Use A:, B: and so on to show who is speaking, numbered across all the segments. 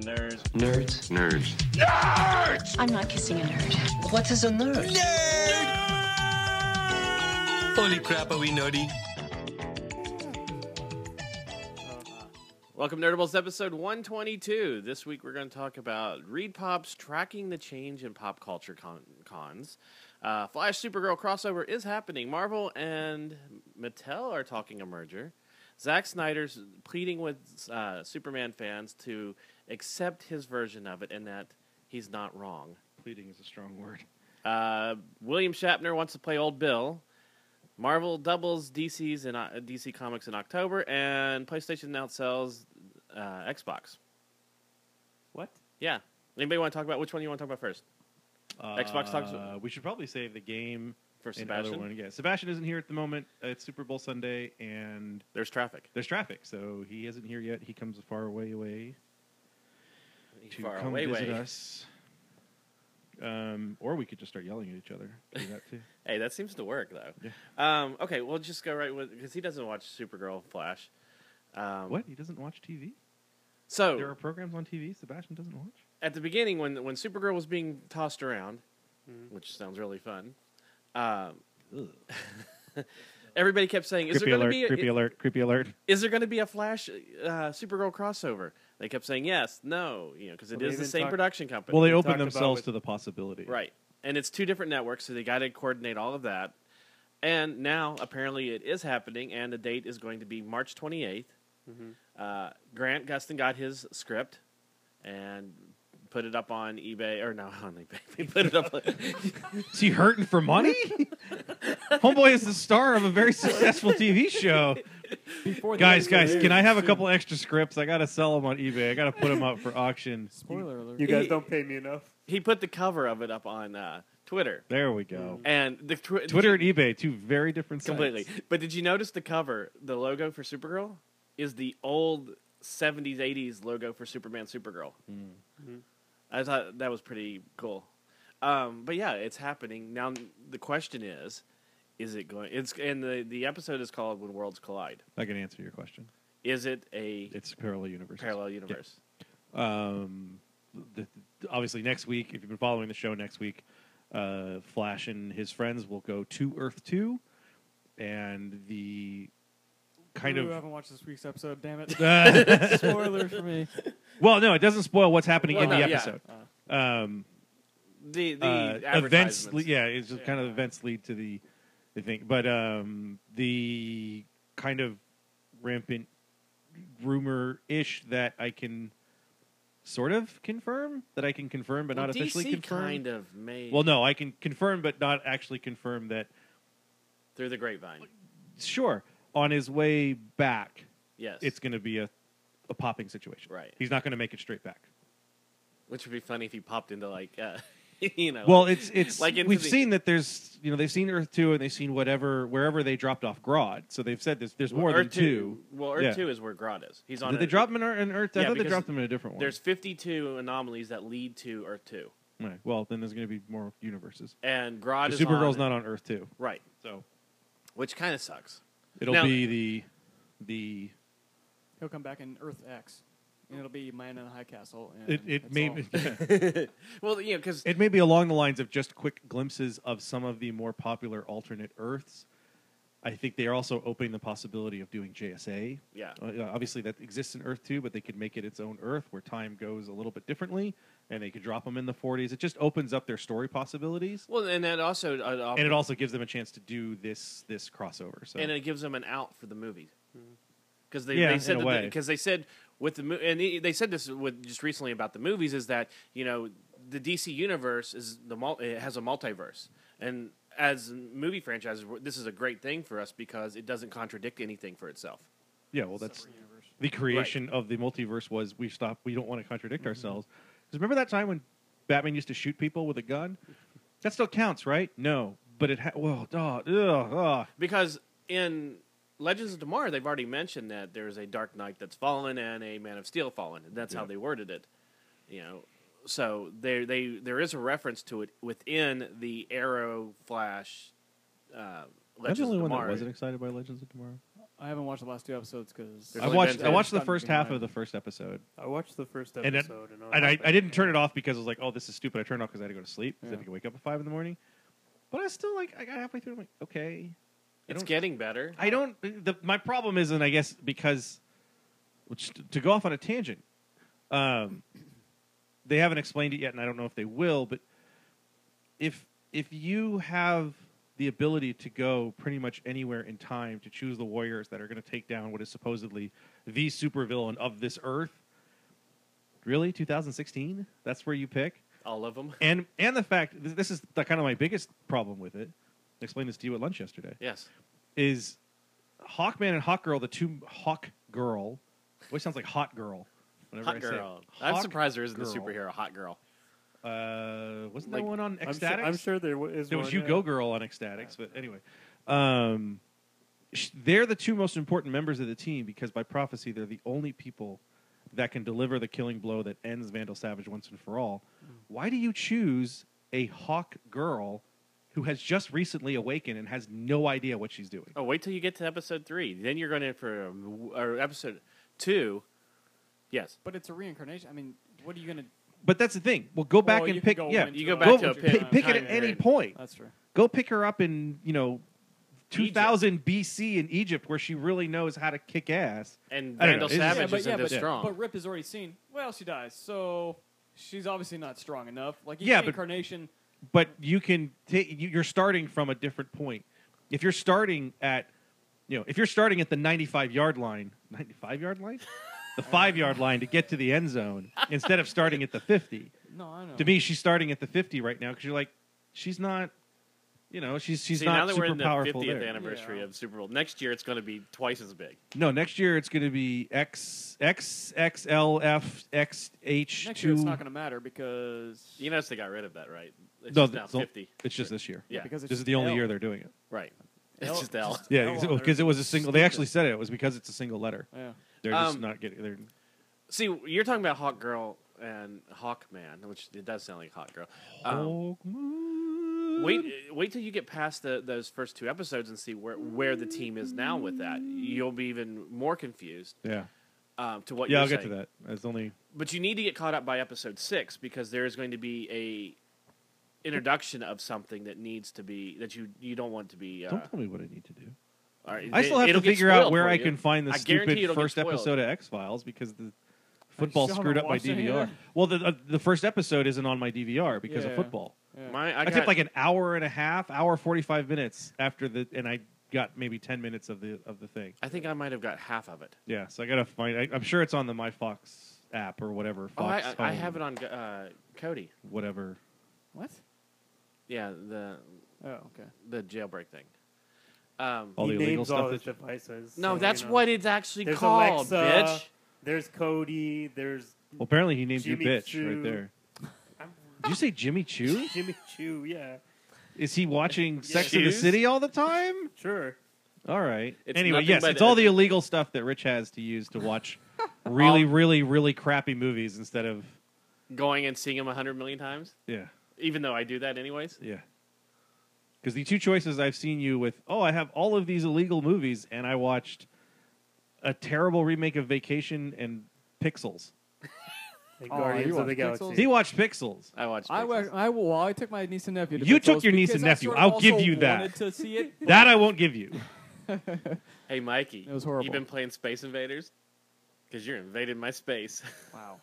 A: Nerds.
B: Nerds.
C: Nerds.
D: I'm not kissing a nerd.
B: What is a nerd?
E: Holy crap, are we nerdy?
A: Welcome, Nerdables, episode 122. This week we're going to talk about Reed Pop's tracking the change in pop culture con- cons. Uh, Flash Supergirl crossover is happening. Marvel and Mattel are talking a merger. Zack Snyder's pleading with uh, Superman fans to accept his version of it and that he's not wrong.
F: Pleading is a strong word.
A: Uh, William Shatner wants to play Old Bill. Marvel doubles DC's in uh, DC Comics in October, and PlayStation outsells uh, Xbox. What? Yeah. Anybody want to talk about which one you want to talk about first? Xbox talks-
F: Uh, we should probably save the game
A: For
F: and other
A: Sebastian?
F: one. Yeah, Sebastian isn't here at the moment. Uh, It's Super Bowl Sunday, and
A: There's traffic.
F: there's traffic, so he isn't here yet. He comes a far away away to come visit us. Um, or we could just start yelling at each other. Do that too.
A: Hey, that seems to work though.
F: Yeah.
A: Um, okay, we'll just go right with because he doesn't watch Supergirl, Flash. Um,
F: what? He doesn't watch TV?
A: So
F: There are programs on TV Sebastian doesn't watch?
A: at the beginning when when Supergirl was being tossed around,
F: Mm-hmm.
A: which sounds really fun, um, everybody kept saying, "Is
F: creepy
A: there
F: alert,
A: going to
F: creepy
A: be a,
F: alert, creepy alert.
A: is there going to be a Flash uh, Supergirl crossover?" They kept saying yes, no, you know, because it is
G: Well, they
A: the
G: even
A: same
G: talked-
A: production company,
F: Well, they
G: talked
F: open
G: about
F: themselves
G: it-
F: to the possibility.
A: right? And it's two different networks, so they got to coordinate all of that. And now apparently it is happening, and the date is going to be March twenty Uh, Grant Gustin got his script and put it up on eBay or no on eBay. He put it up.
F: Is he hurting for money? Homeboy is the star of a very successful TV show.
G: Before the
F: Guys,
G: end
F: guys,
G: of the
F: can I
G: year.
F: have a couple extra scripts? I gotta sell them on eBay. I gotta put them up for auction.
G: Spoiler alert.
A: You guys don't
G: pay me enough.
A: he put the cover of it up on uh, Twitter
F: There we go.
A: and the tw-
F: Twitter and eBay, two very different sites.
A: Mm. completely. But did you notice the cover? The logo for Supergirl is the old '70s '80s logo for Superman Supergirl.
F: Hmm.
A: Mm-hmm. I thought that was pretty cool. Um, but yeah, it's happening now. The question is, is it going? It's and the the episode is called "When Worlds Collide."
F: I can answer your question.
A: Is it a
F: It's parallel universe.
A: parallel universe?
F: Um, the, the- obviously, next week, if you've been following the show, next week, uh, Flash and his friends will go to Earth Two, and the kind
G: Ooh, I
F: of
G: haven't watched this week's episode. Damn it!
F: Uh,
G: Spoiler for me.
F: Well, no, it doesn't spoil what's happening
A: Well,
F: in
A: no,
F: the
A: yeah. Uh.
F: episode. Um,
A: The the
F: uh, events,
A: advertisements.
F: le- yeah, it's just kind of events lead to the, the thing. But um, the kind of rampant rumor ish that I can sort of confirm that I can confirm, but
A: Well,
F: not officially
A: DC
F: confirm.
A: Kind of made
F: Well, no, I can confirm, but not actually confirm that.
A: through the grapevine.
F: Sure, on his way back,
A: Yes,
F: it's going to be a, a popping situation.
A: Right.
F: he's not going to make it straight back.
A: which would be funny if he popped into like uh, you know.
F: Well, it's it's
A: Like
F: like
A: into
F: we've
A: the-
F: seen that there's you know they've seen Earth two and they've seen whatever wherever they dropped off Grodd. So they've said there's there's more
A: Earth
F: than two.
A: Well, Earth
F: Yeah.
A: two is where Grodd is. He's on.
F: Did they
A: a-
F: drop them in, Ear- in Earth? I
A: Yeah,
F: thought they
A: because
F: dropped them in a different one.
A: There's 52 anomalies that lead to Earth two,
F: Right. well then there's going to be more universes.
A: and Grodd is
F: Supergirl's
A: on,
F: not on Earth two,
A: right,
F: so
A: which kind of sucks.
F: it'll
A: Now-
F: be the the
G: He'll come back in Earth X, and it'll be Man in the High Castle. And
F: it it
G: that's
F: may
G: all.
A: Well, you know, because
F: it may be along the lines of just quick glimpses of some of the more popular alternate Earths. I think they are also opening the possibility of doing JSA
A: yeah,
F: Uh, yeah, obviously, that exists in Earth too, but they could make it its own Earth where time goes a little bit differently, and they could drop them in the 40s. It just opens up their story possibilities,
A: well, and that also uh,
F: and it also gives them a chance to do this this crossover. So
A: and it gives them an out for the movie because they,
F: Hmm. Yeah,
A: they said
F: in a way.
A: because they said with the mo- and they- they said this with just recently about the movies is that you know the DC universe is the mul- it has a multiverse and as movie franchises we're- this is a great thing for us because it doesn't contradict anything for itself.
F: yeah, well, that's the creation of the multiverse was we stop. We don't want to contradict
A: Mm-hmm.
F: ourselves. 'Cause remember that time when Batman used to shoot people with a gun? That still counts, right? No, but it ha- well, duh, ugh, ugh.
A: Because in Legends of Tomorrow, they've already mentioned that there is a Dark Knight that's fallen and a Man of Steel fallen. And that's how
F: Yeah.
A: they worded it. You know, so there they there is a reference to it within the Arrow Flash. Uh,
F: Am I
A: Legends
F: the only
A: of
F: one that
A: Tomorrow.
F: wasn't excited by Legends of Tomorrow?
G: I haven't watched the last two episodes because
B: There's
F: I
B: only
F: watched
B: been
F: I watched the
G: ten.
F: first half of the first episode,
B: I watched the first
F: And it-
B: episode, and,
F: and I, I didn't turn it off because I was like, oh, this is stupid. I turned it off because I had to go to sleep because I
G: Yeah.
F: could wake up at five in the morning. But I still like I got halfway through. I'm like, okay, I
A: It's
F: don't-
A: getting better.
F: I don't. The, my problem is, and I guess because which, to go off on a tangent, um, they haven't explained it yet, and I don't know if they will. But if if you have the ability to go pretty much anywhere in time to choose the warriors that are going to take down what is supposedly the supervillain of this earth, really, 2016? That's where you pick
A: All of them.
F: and and the fact th- this is the, kind of my biggest problem with it. I explained this to you at lunch yesterday.
A: Yes.
F: Is Hawkman and Hawkgirl the two Hawk Girl? Which sounds like Hot Girl. Whenever
A: Hot
F: I say it.
A: girl. I'm
F: Hawk
A: surprised there isn't
F: girl.
A: a superhero hot girl.
F: Uh, wasn't there
B: Like,
F: one on
B: I'm sure,
F: Ecstatics?
B: I'm sure there w- is.
F: there was
B: one,
F: You
B: yeah.
F: Go Girl on Ecstatics, but anyway, um, sh- they're the two most important members of the team because by prophecy they're the only people that can deliver the killing blow that ends Vandal Savage once and for all.
A: Hmm.
F: Why do you choose a hawk girl who has just recently awakened and has no idea what she's doing?
A: Oh, wait till you get to episode three. Then you're going in for um, or episode two. Yes.
G: But it's a reincarnation. I mean, what are you gonna?
F: But that's the thing. Well, go back
G: Well,
F: and
G: you can
F: pick.
G: go
F: yeah,
G: into
A: You go
G: a-
A: back
F: go
A: to a
F: pi- pick,
A: pin-
F: it
A: time
F: at any
A: period.
F: point.
G: That's true.
F: Go pick her up in you know. 2000 BC in Egypt, where she really knows how to kick ass.
A: And
F: I don't know.
A: Vandal
F: It's- Yeah,
A: Savage
F: but-
A: isn't as
G: but,
A: strong.
G: but Rip is already seen. Well, she dies, so she's obviously not strong enough. Like each
F: Yeah, but-
G: reincarnation,
F: but you can take you- you're starting from a different point if you're starting at you know if you're starting at the 95 yard line 95 yard line the five yard line to get to the end zone instead of starting at the 50
G: no, I know.
F: to me she's starting at the 50 right now because you're like she's not you know she's she's
A: See,
F: not
A: now that
F: super
A: we're in the
F: powerful
A: 50th
F: there.
A: anniversary
G: Yeah.
A: of Super Bowl, next year it's going to be twice as big.
F: no next year it's going to be x x x l f x h
G: next year it's not
F: 2
G: going to matter because
A: You notice they got rid of that, right? It's
F: No,
A: just now
F: it's all-
A: 50.
F: it's just this year
A: Yeah,
G: because it's
F: this is the only
G: L.
F: year they're doing it
A: right. It's
G: L-
A: just L.
F: yeah
G: L
F: because
G: on
F: it, 'cause it
G: there.
F: was a single they actually said it it was because it's a single letter
G: Yeah.
F: They're just
A: Um,
F: not getting. They're
A: See, you're talking about Hawk Girl and Hawk Man, which it does sound like Hawk Girl.
F: Oh,
A: Um, wait, wait till you get past the, those first two episodes and see where, where the team is now with that. You'll be even more confused
F: Yeah,
A: um, to what.
F: yeah.
A: you're
F: I'll get to
A: saying.
F: that. It's only
A: But you need to get caught up by episode six because there is going to be a introduction of something that needs to be that you you don't want to be. Uh,
F: don't tell me what I need to do.
A: all right,
F: I
A: it-
F: still have to
A: it'll get
F: figure out
A: spoiled
F: where
A: for
F: I
A: you.
F: can find the
A: I guarantee
F: stupid
A: it'll get
F: first
A: spoiled.
F: episode of X Files because the football
G: still
F: screwed up
G: haven't
F: my
G: watched it
F: DVR.
G: yet.
F: Well, the uh, the first episode isn't on my DVR because of
G: Yeah.
F: football.
G: yeah.
A: My, I,
F: I,
A: got,
F: took like an hour and a half, hour forty five minutes after the, and I got maybe ten minutes of the of the thing.
A: I think I might have got half of it.
F: Yeah, so I gotta find. I, I'm sure it's on the My Fox app or whatever.
A: Oh,
F: Fox
A: I, I I
F: Home,
A: have it on uh, Cody.
F: Whatever.
G: what?
A: Yeah, the
G: Oh, okay.
A: the jailbreak thing. Um,
F: All
B: He
F: the illegal
B: names
F: stuff
B: all his
F: that you-
B: devices.
A: no,
B: so,
A: that's
B: you know.
A: what it's actually
B: There's
A: called,
B: Alexa.
A: bitch.
B: There's Cody. There's
F: Well, apparently he named
B: Jimmy
F: you bitch right
B: Choo.
F: there. Did you say Jimmy Choo?
B: Jimmy Choo. Yeah,
F: Is he watching Sex
A: Shoes?
F: in the City all the time?
B: sure.
F: All right.
A: It's
F: anyway,
A: nothing
F: yes,
A: but-
F: it's all the illegal stuff that Rich has to use to watch really,
A: Um,
F: really, really crappy movies instead of
A: Going and seeing him a hundred million times,
F: yeah,
A: even though I do that anyways.
F: yeah. Because the two choices I've seen you with, oh, I have all of these illegal movies, and I watched a terrible remake of Vacation and Pixels.
B: And
G: Oh, you
B: Guardians of
G: watch
B: the
G: Pixels?
B: Galaxy.
F: He watched Pixels.
A: I watched.
G: I,
A: Pixels.
G: wa- I well, I took my niece and nephew. To
F: You took
G: Pixels
F: your niece and
G: because I
F: nephew.
G: sort of
F: I'll
G: also
F: give you that.
G: wanted To see it,
F: That I won't give you.
A: Hey, Mikey,
G: It was horrible.
A: You been playing Space Invaders? Because you're invading my space.
G: wow.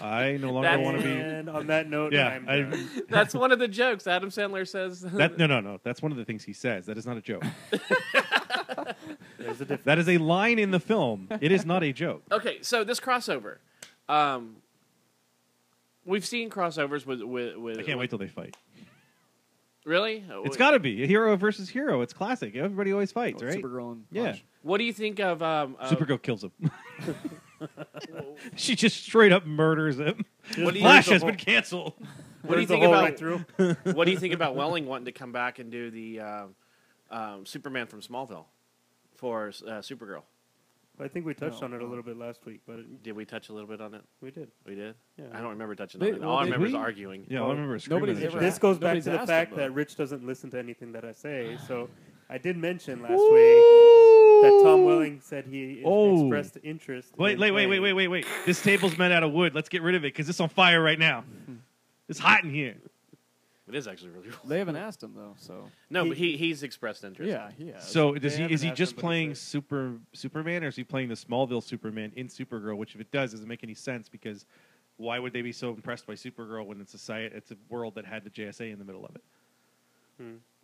F: I no longer
A: That's-
F: want to be.
B: And on that note,
F: Yeah,
B: I'm
F: I-
B: done.
A: That's one of the jokes Adam Sandler says.
F: That, no, no, no. That's one of the things he says. That is not a joke.
B: there's a difference.
F: That is a line in the film. It is not a joke.
A: okay, so this crossover, um, we've seen crossovers with with. with
F: I can't wait till they fight.
A: Really?
F: It's got to be a hero versus hero. It's classic. Everybody always fights, right?
G: Supergirl and
F: Yeah.
G: Flash.
A: What do you think of um? of-
F: Supergirl kills him. she just straight up murders him.
A: What do you-
F: Flash
A: the
F: has
A: whole-
F: been canceled.
A: what do you
B: There's a
A: think
B: whole
A: about
B: way through?
A: what do you think about Welling wanting to come back and do the um, um, Superman from Smallville for uh, Supergirl?
B: I think we touched
G: No,
B: on it a
G: no.
B: little bit last week, but
A: Did we touch a little bit on it?
B: we did.
A: We did.
B: Yeah.
A: I don't remember touching
G: They-
A: on it.
G: well,
A: All I
G: they-
A: remember is
G: we-
A: arguing.
F: Yeah, I remember screaming.
G: Nobody's
F: at each
G: ever
F: other.
B: This goes back
G: Nobody's
B: to the
G: asked
B: fact
G: about
B: that
G: it.
B: Rich doesn't listen to anything that I say. So I did mention last week that Tom Welling said he
F: Oh.
B: expressed interest.
F: Wait,
B: in
F: wait, wait, wait,
B: playing.
F: wait, wait, wait. This table's made out of wood. Let's get rid of it because it's on fire right now. It's hot in here.
A: It is actually really cool.
G: They haven't asked him though, so
A: No,
B: He-
A: but he he's expressed interest.
G: yeah, he has.
F: So does
B: they
F: he? Is
B: haven't
F: he
B: asked
F: just
B: him, but he
F: playing
B: said.
F: Super Superman, or is he playing the Smallville Superman in Supergirl? Which, if it does, doesn't make any sense because why would they be so impressed by Supergirl when it's a sci- it's a world that had the JSA in the middle of it?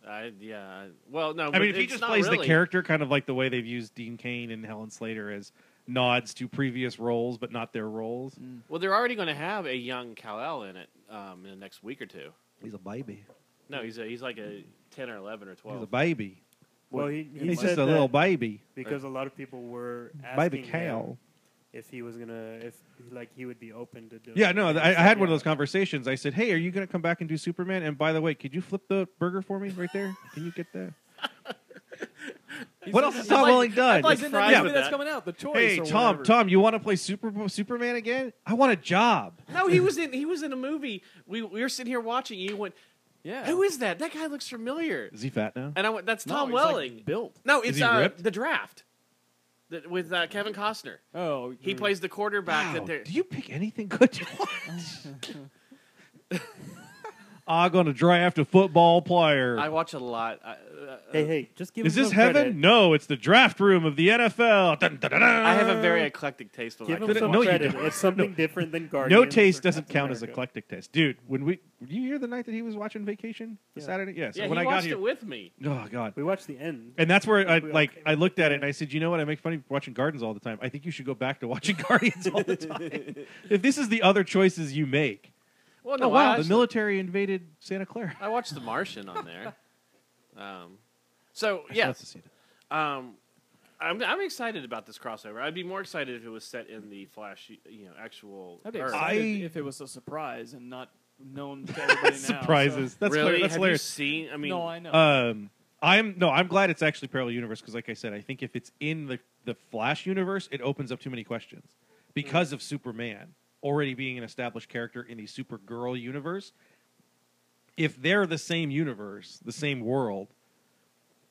A: I, yeah. I- Well, no.
F: I
A: but
F: mean, if he
A: it's
F: just
A: not
F: plays the
A: really.
F: character kind of like the way they've used Dean Kane and Helen Slater as nods to previous roles, but not their roles.
B: Mm.
A: well, they're already going to have a young Kal El in it um, in the next week or two.
F: He's a baby.
A: No, he's a, he's like a ten or eleven or
F: He's a
A: twelve.
F: baby.
B: Well, he, he
F: He's
B: said
F: just a
B: that
F: little baby.
B: because a lot of people were asking
F: Baby
B: him
F: cow.
B: if he was gonna if like he would be open to doing.
F: Yeah, no, I, I had one of
B: Yeah.
F: those conversations. I said, "Hey, are you going to come back and do Superman?" And by the way, could you flip the burger for me right there? Can you get that? what else has Tom
G: like-
F: Welling done?
G: like in that
A: Yeah,
G: movie
A: but
G: that's
A: that-
G: coming out, the choice.
F: hey,
G: or
F: Tom,
G: whatever.
F: Tom, you want to play Super Superman again? I want a job.
A: No, he was in he was in a movie. We we were sitting here watching. You went,
G: Yeah,
A: who is that? That guy looks familiar.
F: Is he fat now?
A: And I went, that's
G: No,
A: Tom
G: he's, like,
A: Welling.
G: built.
A: no,
F: Is
A: it's
F: he
A: uh,
F: ripped?
A: the draft The- with uh, Kevin Costner.
G: Oh,
A: He
G: mm.
A: plays the quarterback.
F: Hmm. Wow,
A: That they're
F: do you pick anything good to watch? I'm going to draft a football player.
A: I watch a lot. I, uh,
B: Hey, hey, just give.
F: Is
B: him
F: this
B: some
F: heaven?
B: credit.
F: No, it's the draft room of the NFL. Dun, dun, dun, dun.
A: I have a
F: Uh,
A: very eclectic taste. But
B: Give
A: I
B: him
A: can
B: some
F: no, you
B: credit.
F: don't.
B: It's something different than Guardians.
F: no
B: or
F: taste doesn't
B: Captain
F: count as
B: America.
F: eclectic taste, dude. When we were you here the night that he was watching Vacation, the
B: Yeah.
F: Saturday, yeah. So
A: yeah,
F: when
A: he
F: I got
A: watched
F: here,
A: it with me.
F: oh god,
B: We watched the end.
F: and that's where I
B: We all
F: like
B: came
F: I
B: up
F: looked
B: with
F: at it
B: that.
F: and I said, you know what? I make fun of watching Gardens all the time. I think you should go back to watching Guardians all the time. if this is the other choices you make,
A: Well,
F: oh
A: no, I
F: wow, the
A: actually-
F: military invaded Santa Clara.
A: I watched The Martian on there. Um, so
F: I should
A: yeah,
F: have to see that.
A: um, I'm, I'm excited about this crossover. I'd be more excited if it was set in the Flash, you know, actual.
G: I'd be
A: Earth.
G: excited
F: I-
G: if it was a surprise and not known to everybody now.
F: Surprises.
G: So.
F: That's
A: really?
F: hilarious. That's
A: Have
F: hilarious.
A: you seen? I mean,
G: no, I know.
F: Um, I'm no, I'm glad it's actually parallel universe because, like I said, I think if it's in the the Flash universe, it opens up too many questions because of Superman already being an established character in the Supergirl universe. If they're the same universe, the same world,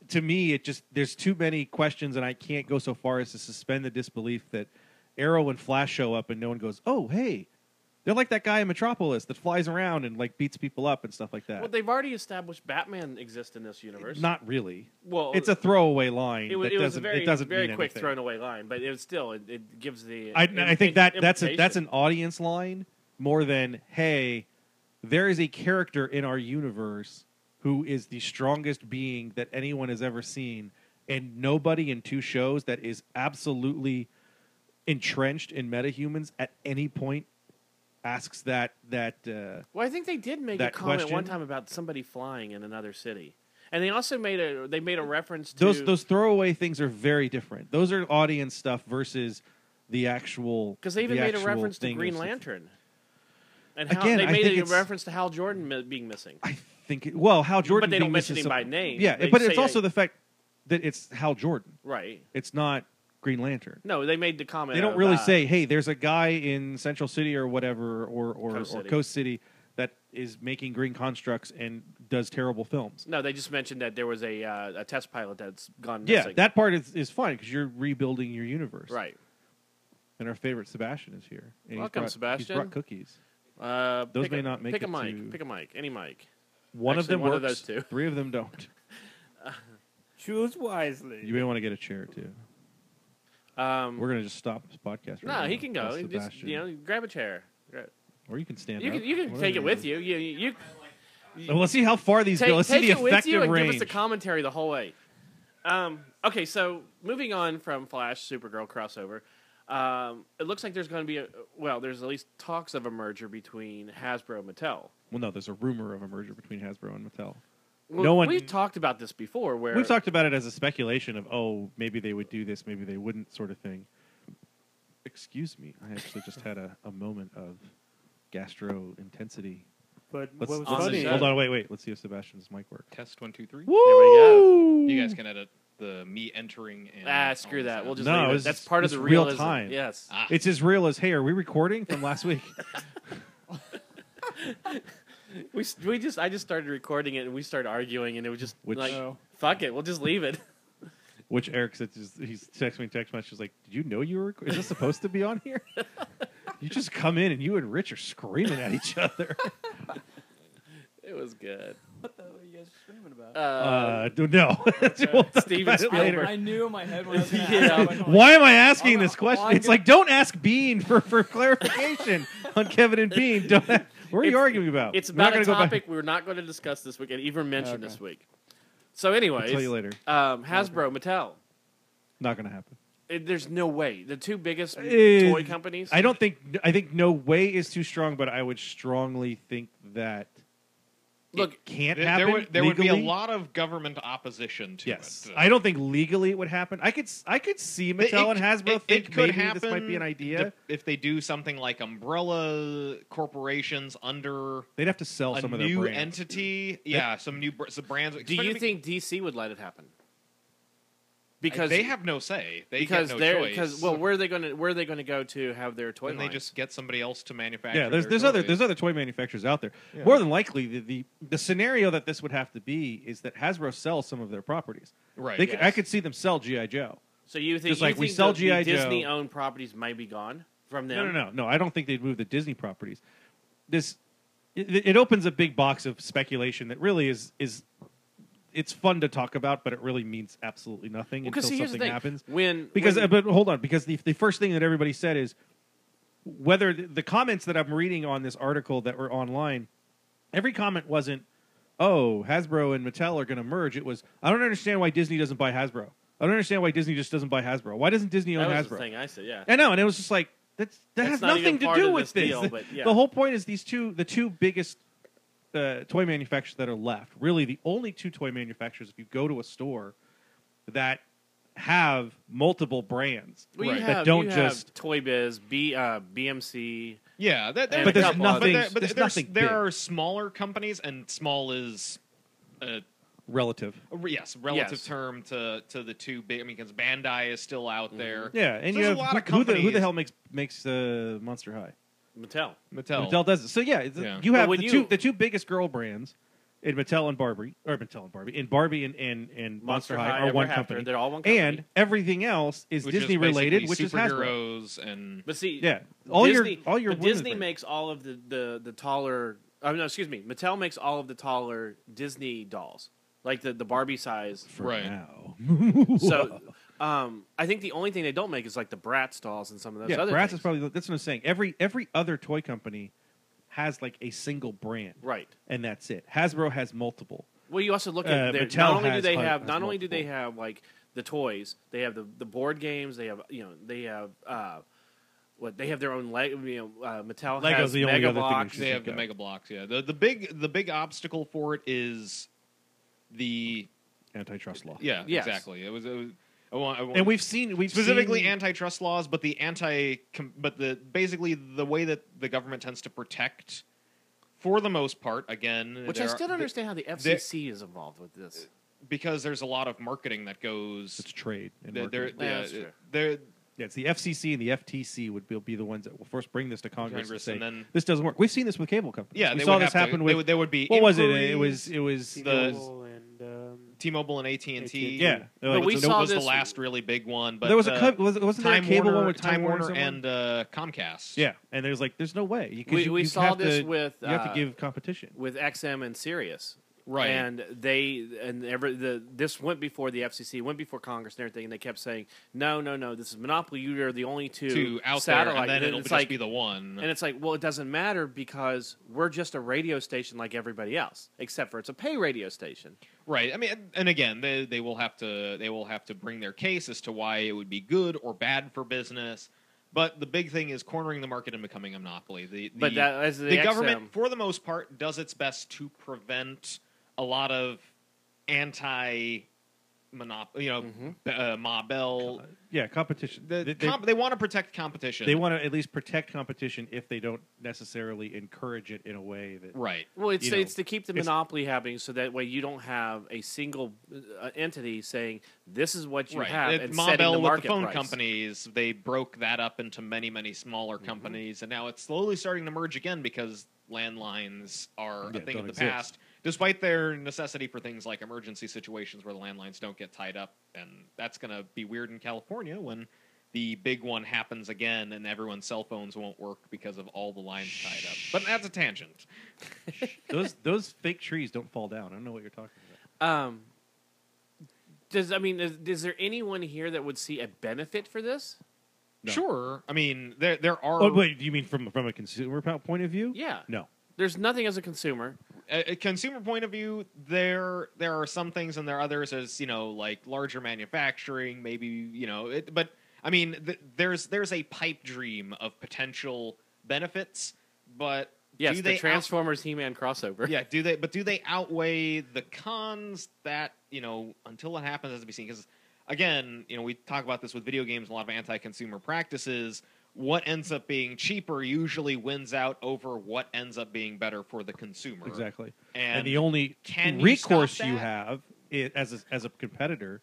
F: to me, it just there's too many questions, and I can't go so far as to suspend the disbelief that Arrow and Flash show up and no one goes, "Oh, hey." They're like that guy in Metropolis that flies around and like beats people up and stuff like that.
A: well, they've already established Batman exists in this universe.
F: Not really
A: well,
F: it's a throwaway line.
A: It was,
F: that
A: it was a
F: doesn't,
A: very,
F: it doesn't
A: very
F: mean
A: quick
F: anything.
A: thrown away line, but it was still it, it gives the.
F: I,
A: im-
F: I think that
A: im-
F: that's a, that's
A: implication.
F: an audience line more than hey, there is a character in our universe who is the strongest being that anyone has ever seen, and nobody in two shows that is absolutely entrenched in metahumans at any point asks that that uh,
A: Well, I think they did make a
F: that
A: comment one
F: question.
A: time about somebody flying in another city, and they also made a they made a reference to
F: those those throwaway things are very different. Those are audience stuff versus the actual
A: because they even
F: the
A: made a
F: actual
A: reference to
F: thing
A: Green
F: is-
A: Lantern, and how,
F: Again,
A: they
F: I
A: made
F: think
A: a
F: it's-
A: reference to Hal Jordan mi- being missing.
F: I think it, well, Hal Jordan.
A: But they don't
F: being
A: mention
F: this
A: him
F: is
A: by
F: some-
A: name.
F: Yeah,
A: They
F: but it's
A: say,
F: also
A: uh,
F: the fact that it's Hal Jordan.
A: right.
F: It's not Green Lantern.
A: No, they made the comment. uh,
F: They don't really
A: about-
F: say, "Hey, there's a guy in Central City or whatever, or or
A: Coast
F: or
A: City.
F: Coast City that is making green constructs and does terrible films."
A: No, they just mentioned that there was a uh, a test pilot that's gone
F: Yeah,
A: missing.
F: that part is is fine because you're rebuilding your universe.
A: right.
F: And our favorite Sebastian is here. And he's
A: Welcome,
F: brought-
A: Sebastian.
F: He's brought cookies.
A: Uh,
F: Those
A: pick
F: may
A: a,
F: not make
A: pick a
F: it
A: mic.
F: to-
A: Pick a mic. Any mic.
F: One of
A: Actually,
F: them
A: one of
F: works.
A: those two.
F: Three of them don't.
B: Choose wisely.
F: You may want to get a chair too.
A: Um,
F: We're gonna just stop this podcast. Right
A: no,
F: now.
A: he can go.
F: That's
A: He Just
F: Sebastian.
A: you know, grab a chair. Gra-
F: or you can stand
A: You
F: up.
A: can you can
F: Whatever
A: take it
F: do.
A: with you. You you, you
F: Well, let's see how far these
A: take,
F: go. Let's
A: take
F: see the
A: it with you
F: effective
A: and
F: range.
A: give us the commentary the whole way. Um, okay, so moving on from Flash Supergirl crossover, um, it looks like there's going to be a well, there's at least talks of a merger between Hasbro and Mattel.
F: well, no, there's a rumor of a merger between Hasbro and Mattel.
A: Well,
F: No one-
A: We've talked about this before. Where
F: We've talked about it as a speculation of, oh, maybe they would do this, maybe they wouldn't, sort of thing. Excuse me, I actually just had a, a moment of gastro intensity.
B: But
F: Let's,
B: what was
F: let's
A: on the
B: funny?
F: see.
A: show.
F: Hold on, wait, wait. Let's see if Sebastian's mic works.
C: Test one, two, three.
A: There we go.
C: You guys can edit the me entering. And
A: Ah, screw
C: all
A: that. We'll just
F: No,
A: leave it.
F: it's-
A: that's part of
F: it's
A: the
F: real
A: realism.
F: time.
A: Yes.
C: Ah.
F: It's as real as, hey, are we recording from last week?
A: We s- we just I just started recording it and we started arguing and it was just
F: Which-
A: like
G: Oh.
A: fuck it, we'll just leave it.
F: Which Eric said is- he's text me text message like, "Did you know you were? Is this supposed to be on here? you just come in and you and Rich are screaming at each other.
A: It was good.
G: What the hell are you guys screaming about?
A: Uh,
F: Uh, d- no, We'll talk
A: Steven
F: about it
A: Spielberg.
G: I,
F: Uh, later.
G: I knew in my head when I was gonna
A: Yeah.
G: ask that, but I'm like,
F: Why am I asking
G: All
F: this
G: right,
F: question?
G: all I
F: It's
G: get-
F: like don't ask Bean for, for clarification on Kevin and Bean. Don't. ask- What are you
A: It's-
F: arguing about?
A: it's
F: We're not
A: about a
F: gonna go back-
A: topic we're not going to discuss this week and even mention
G: Okay.
A: this week. So,
F: I'll
A: anyways,
F: tell you later.
A: Um, Hasbro, Mattel.
F: Not going to happen.
A: It, there's no way the two biggest
F: Eh,
A: toy companies.
F: I don't think. I think no way is too strong, but I would strongly think that
A: look.
F: it can't
C: There,
F: happen.
C: there would, there would be a
F: legally.
C: lot of government opposition to
F: Yes,
C: it.
F: I don't think legally it would happen. I could. s- I could see
C: But
F: Mattel and
C: c-
F: Hasbro
C: it- it
F: think
C: could
F: maybe this might be
C: happen
F: an idea.
C: de- if they do something like umbrella corporations under
F: They'd have to sell
C: a
F: some of their
C: new
F: brands.
C: entity. Yeah, some new br- some brands.
A: Do you
C: Especially
A: think DC would let it happen? Because
C: they have no say? They
A: because
C: get no
A: they're
C: choice.
A: because well, where are they going to where are they going to go to have their toy?
C: then they
A: lines?
C: just get somebody else to manufacture.
F: yeah, there's
C: their
F: there's other
C: toys.
F: there's other toy manufacturers out there.
C: Yeah.
F: More than likely, the, the the scenario that this would have to be is that Hasbro sells some of their properties.
C: right.
F: They could, I
C: yes.
F: could see them sell GI Joe.
A: so you think
F: just like
A: you
F: we
A: think
F: sell
A: the,
F: G.I. Joe.
A: Disney owned properties might be gone from them?
F: No, no, no, no. I don't think they'd move the Disney properties. This it, it opens a big box of speculation that really is is it's fun to talk about, but it really means absolutely nothing until
A: Because see, here's the
F: something
A: thing:
F: happens.
A: when
F: Because
A: when,
F: uh, but hold on, because the the first thing that everybody said is whether the, the comments that I'm reading on this article that were online, every comment wasn't, "Oh, Hasbro and Mattel are going to merge." It was, "I don't understand why Disney doesn't buy Hasbro. I don't understand why Disney just doesn't buy Hasbro. Why doesn't Disney
A: that
F: own
A: was
F: Hasbro?"
A: the thing I said, yeah.
F: I know, and it was just like that's, that
A: That's
F: has
A: not even
F: nothing to
A: part
F: do
A: of
F: with
A: this
F: this.
A: deal, but yeah.
F: The whole point is these two, the two biggest uh, toy manufacturers that are left, really the only two toy manufacturers. If you go to a store that have multiple brands
A: Well, you
C: Right.
A: have,
F: that don't
A: you have
F: just
A: Toy Biz, B, uh, BMC.
C: Yeah, that, there-
A: But there's
C: there-
A: nothing-
C: But, there, but
F: there's
C: there's-
F: nothing
C: there
F: big.
C: are smaller companies, and small is, uh,
F: relative.
C: a re- yes, relative
A: Yes.
C: term to to the two big. I mean, because Bandai is still
A: Mm-hmm.
C: out there.
F: Yeah, and
C: So
F: you
C: there's
F: have
C: a lot of
F: who, who the, who the
C: companies.
F: hell makes makes uh, Monster High?
A: Mattel.
C: Mattel.
F: Mattel does it. So yeah, it's-
C: Yeah.
F: you
A: But
F: have the
A: when you-
F: two the two biggest girl brands. In Mattel and Barbie, or Mattel and Barbie, and Barbie and, and, and Monster, High, are
A: Ever
F: one
A: After,
F: company.
A: They're all one company.
F: and everything else is
C: which is
F: Disney related,
C: basically
F: which is Hasbro.
C: superheroes and
A: But see,
F: Yeah, all
A: Disney,
F: your all your
A: but
F: women's
A: Disney
F: brands.
A: makes all of the the the taller. Oh no, excuse me. Mattel makes all of the taller Disney dolls, like the the Barbie size.
F: for
C: Right.
F: now.
A: So, um, I think the only thing they don't make is like the Bratz dolls and some of those
F: yeah,
A: other.
F: Bratz
A: things.
F: is probably that's what I'm saying. Every every other toy company has like a single brand,
A: right.
F: and that's it. Hasbro has multiple.
A: Well, you also look
F: Uh,
A: at their,
F: Mattel
A: not only do
F: has-
A: they
F: has-
A: have
F: has
A: not only do they
F: multiple.
A: have like the toys, they have the, the board games, they have you know they have uh, what they have their own leg. You know, uh, Mattel
F: Lego's
A: has
F: the only
A: Mega
F: other thing that
A: Blocks.
F: should-
C: they have the
F: Yeah.
C: mega blocks. Yeah, the the big the big obstacle for it is the
F: Antitrust law.
C: yeah
A: Yes.
C: exactly. It was, it was I want, I want,
F: and we've seen we've
C: specifically
F: seen,
C: antitrust laws, but the anti com- but the basically the way that the government tends to protect, for the most part, again,
A: Which I
C: there Uh,
A: still
C: are-
A: don't understand how the FCC is involved with this.
C: because there's a lot of marketing that goes.
F: it's trade. And
C: There, there,
F: marketing.
A: Yeah,
C: yeah,
A: that's true.
C: there-
F: yeah, it's the FCC and the FTC would be, be the ones that will first bring this to Congress,
C: Congress
F: and
C: and
F: say
C: then-
F: this doesn't work. We've seen this with cable companies.
C: yeah,
F: we
C: they
F: saw
C: would
F: this
C: have to-
F: happen
C: they
F: with
C: would- there would be
F: what was it? It
C: inquiries.
F: was it was
C: The-
B: and um,
C: T-Mobile and AT and T.
B: AT&T.
F: yeah.
A: But we
C: was,
A: saw
C: was the
A: this-
C: last really big one. But
F: there was a
C: uh,
F: co- was, wasn't there a
C: Time
F: cable
C: Warner,
F: one with
C: Time Warner,
F: someone?
C: and uh, Comcast.
F: Yeah, and there's like, there's no way. You, 'cause
A: We-
F: you-
A: we
F: you
A: saw
F: have
A: this
F: to-
A: with,
F: you have
A: uh,
F: to give competition.
A: with XM and Sirius.
C: Right.
A: And they and every the this went before the FCC, went before Congress and everything, and they kept saying, "No, no, no, this is monopoly. You are the only two,
C: two out
A: satellite."
C: there, and then
A: And
C: it'll
A: it's
C: just
A: like,
C: be the one.
A: and it's like, well, it doesn't matter because we're just a radio station like everybody else, except for it's a pay radio station.
C: right. I mean, and- and again, they they will have to they will have to bring their case as to why it would be good or bad for business. But the big thing is cornering the market and becoming a monopoly. The, the
A: But that- as the XM
C: government, for the most part, does its best to prevent a lot of anti monopoly, you know, b- uh, Ma Bell.
F: Yeah, competition.
C: The,
F: Mm-hmm. they,
C: they, comp- they want to protect competition.
F: want to at least protect competition if they don't necessarily encourage it in a way that.
C: right.
A: Well, it's
F: You know,
A: it's to keep the
F: it's-
A: monopoly happening, so that way you don't have a single uh, entity saying this is what you
C: right.
A: have
C: It-
A: and
C: Ma
A: setting
C: Bell
A: the
C: with
A: market
C: the phone
A: price.
C: companies, they broke that up into many, many smaller
A: Mm-hmm.
C: companies, and now it's slowly starting to merge again because landlines are
F: Yeah,
C: a thing
F: don't
C: of the
F: exist.
C: past, despite their necessity for things like emergency situations where the landlines don't get tied up and that's going to be weird in California when the big one happens again and everyone's cell phones won't work because of all the lines tied up. But that's a tangent.
F: those those fake trees don't fall down. I don't know what you're talking about.
A: Um, does I mean, is, is there anyone here that would see a benefit for this?
F: No.
C: Sure, I mean there there are
F: oh wait, do you mean from from a consumer po- point of view?
A: Yeah.
F: No.
A: There's nothing as a consumer.
C: a a consumer point of view, there there are some things and there are others as you know, like larger manufacturing, maybe you know. It, but I mean, th- there's there's a pipe dream of potential benefits, but
A: Yes,
C: do
A: the
C: they out-
A: Transformers He-Man crossover.
C: yeah, do they? But do they outweigh the cons? That you know, until it happens, has to be seen. Because again, you know, we talk about this with video games, a lot of anti-consumer practices. What ends up being cheaper usually wins out over what ends up being better for the consumer.
F: Exactly.
C: And,
F: And, the only
C: can you
F: recourse
C: stop
F: you
C: that?
F: have i as a, as a competitor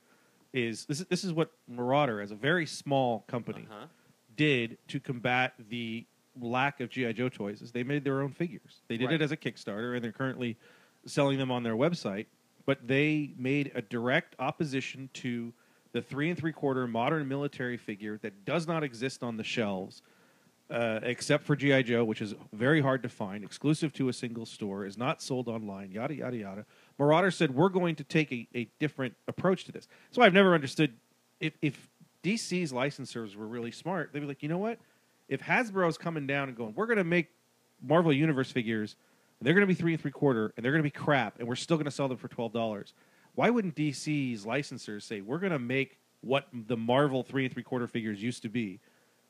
F: is this. is- This is what Marauder, as a very small company,
A: Uh-huh.
F: did to combat the lack of GI Joe toys. Is they made their own figures. They did
C: Right.
F: it as a Kickstarter, and they're currently selling them on their website. But they made a direct opposition to the three and three quarter modern military figure that does not exist on the shelves uh, except for GI Joe, which is very hard to find, exclusive to a single store, is not sold online. Yada yada yada. Marauder said we're going to take a, a different approach to this. So I've never understood if if DC's licensors were really smart, they'd be like, you know what? If Hasbro's coming down and going, we're going to make Marvel Universe figures, and they're going to be three and three quarter, and they're going to be crap, and we're still going to sell them for twelve dollars. Why wouldn't DC's licensors say we're going to make what the Marvel three and three quarter figures used to be?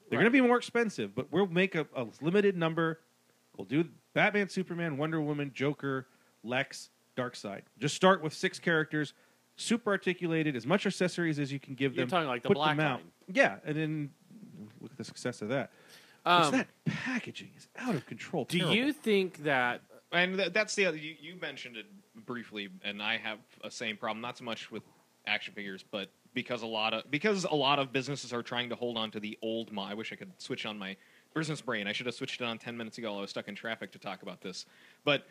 F: They're going to be more expensive, but we'll make a, a limited number. We'll do Batman, Superman, Wonder Woman, Joker, Lex, Darkseid. Just start with six characters, super articulated, as much accessories as you can give
A: You're
F: them.
A: talking like the
F: put
A: Black
F: them out.
A: Line.
F: Yeah, and then look at the success of that. It's
A: Um,
F: that packaging is out of control.
A: Do
F: Terrible.
A: you think that
C: and th- that's the other you, you mentioned it briefly and i have a same problem not so much with action figures but because a lot of because a lot of businesses are trying to hold on to the old mo- i wish i could switch on my business brain i should have switched it on 10 minutes ago i was stuck in traffic to talk about this but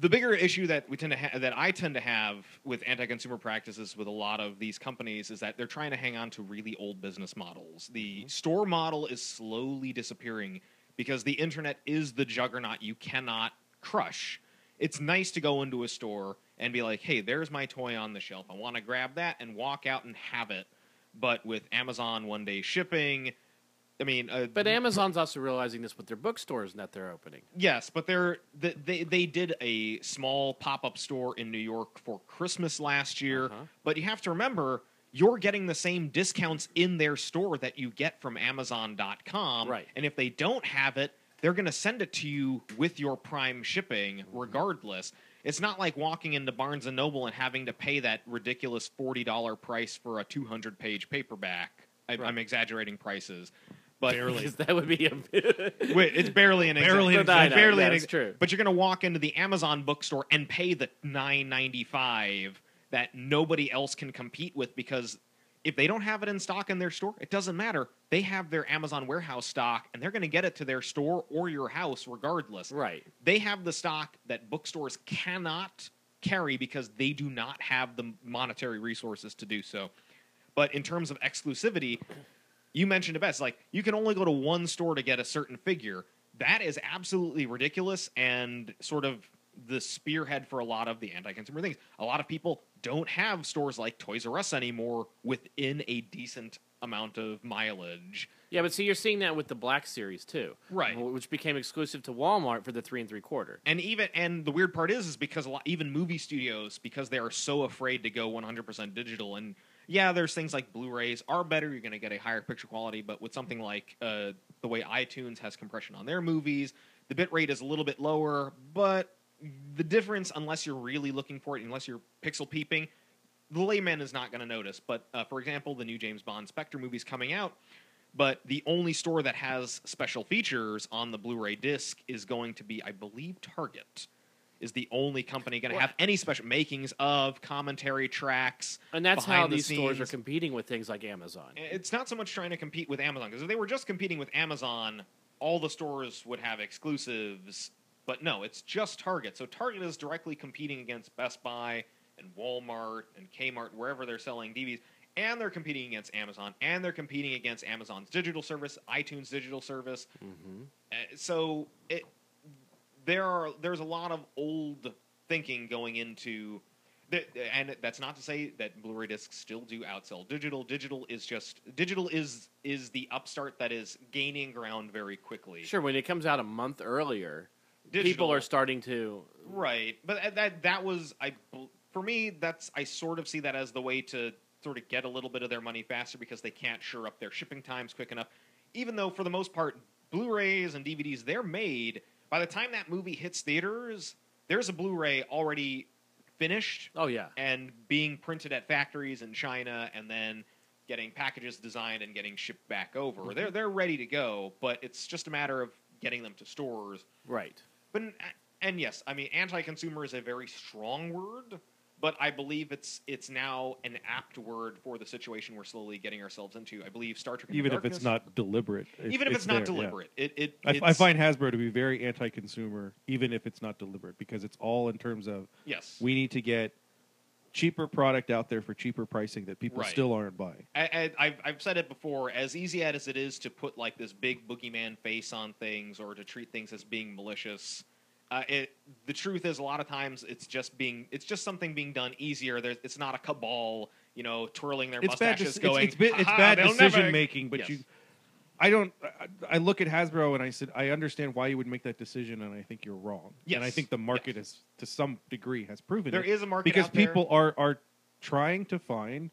C: the bigger issue that we tend to ha- that I tend to have with anti-consumer practices with a lot of these companies is that they're trying to hang on to really old business models. The store model is slowly disappearing because the internet is the juggernaut you cannot crush. It's nice to go into a store and be like, "Hey, there's my toy on the shelf. I want to grab that and walk out and have it." But with Amazon one day shipping, I mean, uh,
A: But Amazon's also realizing this with their bookstores that they're opening.
C: Yes, but they're th- they they did a small pop up store in New York for Christmas last year.
A: Uh-huh.
C: But you have to remember you're getting the same discounts in their store that you get from Amazon.com.
A: Right.
C: And if they don't have it, they're going to send it to you with your Prime shipping,
A: Mm-hmm.
C: regardless. It's not like walking into Barnes and Noble and having to pay that ridiculous forty dollar price for a two hundred page paperback. I,
A: Right.
C: I'm exaggerating prices, but
A: Because that would be a
C: Wait, it's barely an
A: Barely
C: example.
A: an example.
C: barely
A: Yeah,
C: an
A: that's
C: ex-
A: true.
C: But you're gonna walk into the Amazon bookstore and pay the nine ninety five that nobody else can compete with because if they don't have it in stock in their store, it doesn't matter. They have their Amazon warehouse stock and they're gonna get it to their store or your house regardless.
A: right.
C: They have the stock that bookstores cannot carry because they do not have the monetary resources to do so. But in terms of exclusivity, you mentioned it best. Like you can only go to one store to get a certain figure. That is absolutely ridiculous and sort of the spearhead for a lot of the anti-consumer things. A lot of people don't have stores like Toys R Us anymore within a decent amount of mileage.
A: Yeah, but see, you're seeing that with the Black Series too,
C: Right.
A: wh- Which became exclusive to Walmart for the three and three quarter.
C: And even and the weird part is is because a lot even movie studios because they are so afraid to go 100% digital and yeah, there's things like Blu-rays are better. You're going to get a higher picture quality, but with something like uh, the way iTunes has compression on their movies, the bit rate is a little bit lower. But the difference, unless you're really looking for it, unless you're pixel peeping, the layman is not going to notice. But uh, for example, the new James Bond Spectre movie's coming out, but the only store that has special features on the Blu-ray disc is going to be, I believe, Target. Is the only company going to
A: Well-
C: have any special makings of commentary tracks?
A: And that's
C: behind
A: how
C: the
A: these stores are
C: scenes?
A: competing with things like Amazon.
C: It's not so much trying to compete with Amazon because if they were just competing with Amazon, all the stores would have exclusives. But no, it's just Target. So Target is directly competing against Best Buy and Walmart and Kmart, wherever they're selling DVDs, and they're competing against Amazon, and they're competing against Amazon's digital service, iTunes digital service. Uh, so it there are there's a lot of old thinking going into that, and that's not to say that Blu-ray discs still do outsell digital. Digital is just digital is is the upstart that is gaining ground very quickly.
A: Sure, when it comes out a month earlier, people
C: Digital.
A: are starting to.
C: Right, but that that was I bel- for me that's I sort of see that as the way to sort of get a little bit of their money faster because they can't sure up their shipping times quick enough. Even though for the most part Blu-rays and DVDs they're made by the time that movie hits theaters, there's a Blu-ray already finished
A: Oh yeah,
C: and being printed at factories in China and then getting packages designed and getting shipped back over. They're they're ready to go, but it's just a matter of getting them to stores
A: right.
C: but and yes, I mean anti-consumer is a very strong word, but I believe it's it's now an apt word for the situation we're slowly getting ourselves into. I believe Star Trek, Into
F: even if it's
C: Darkness-
F: not deliberate.
C: even if it's, not
F: there, yeah.
C: deliberate, it, it
F: I, I
C: it's-
F: find Hasbro to be very anti-consumer, even if it's not deliberate, because it's all in terms of
C: yes,
F: we need to get cheaper product out there for cheaper pricing that people
C: Right.
F: still aren't buying.
C: I, I, I've, I've said it before. As easy as it is to put like this big boogeyman face on things or to treat things as being malicious, uh, it, the truth is a lot of times it's just being it's just something being done easier. There's, it's not a cabal, you know, twirling their
F: It's bad.
C: mustaches,
F: dec- it's-
C: going.
F: it's, bi- it's
C: "Aha,
F: bad
C: they'll
F: decision
C: never-"
F: making. But
C: Yes.
F: you, I don't. I, I look at Hasbro and I said, I understand why you would make that decision, and I think you're wrong. And I
C: Yes.
F: think the market is to some degree has proven
C: There
F: it.
C: is a market
F: because
C: out there.
F: people are are trying to find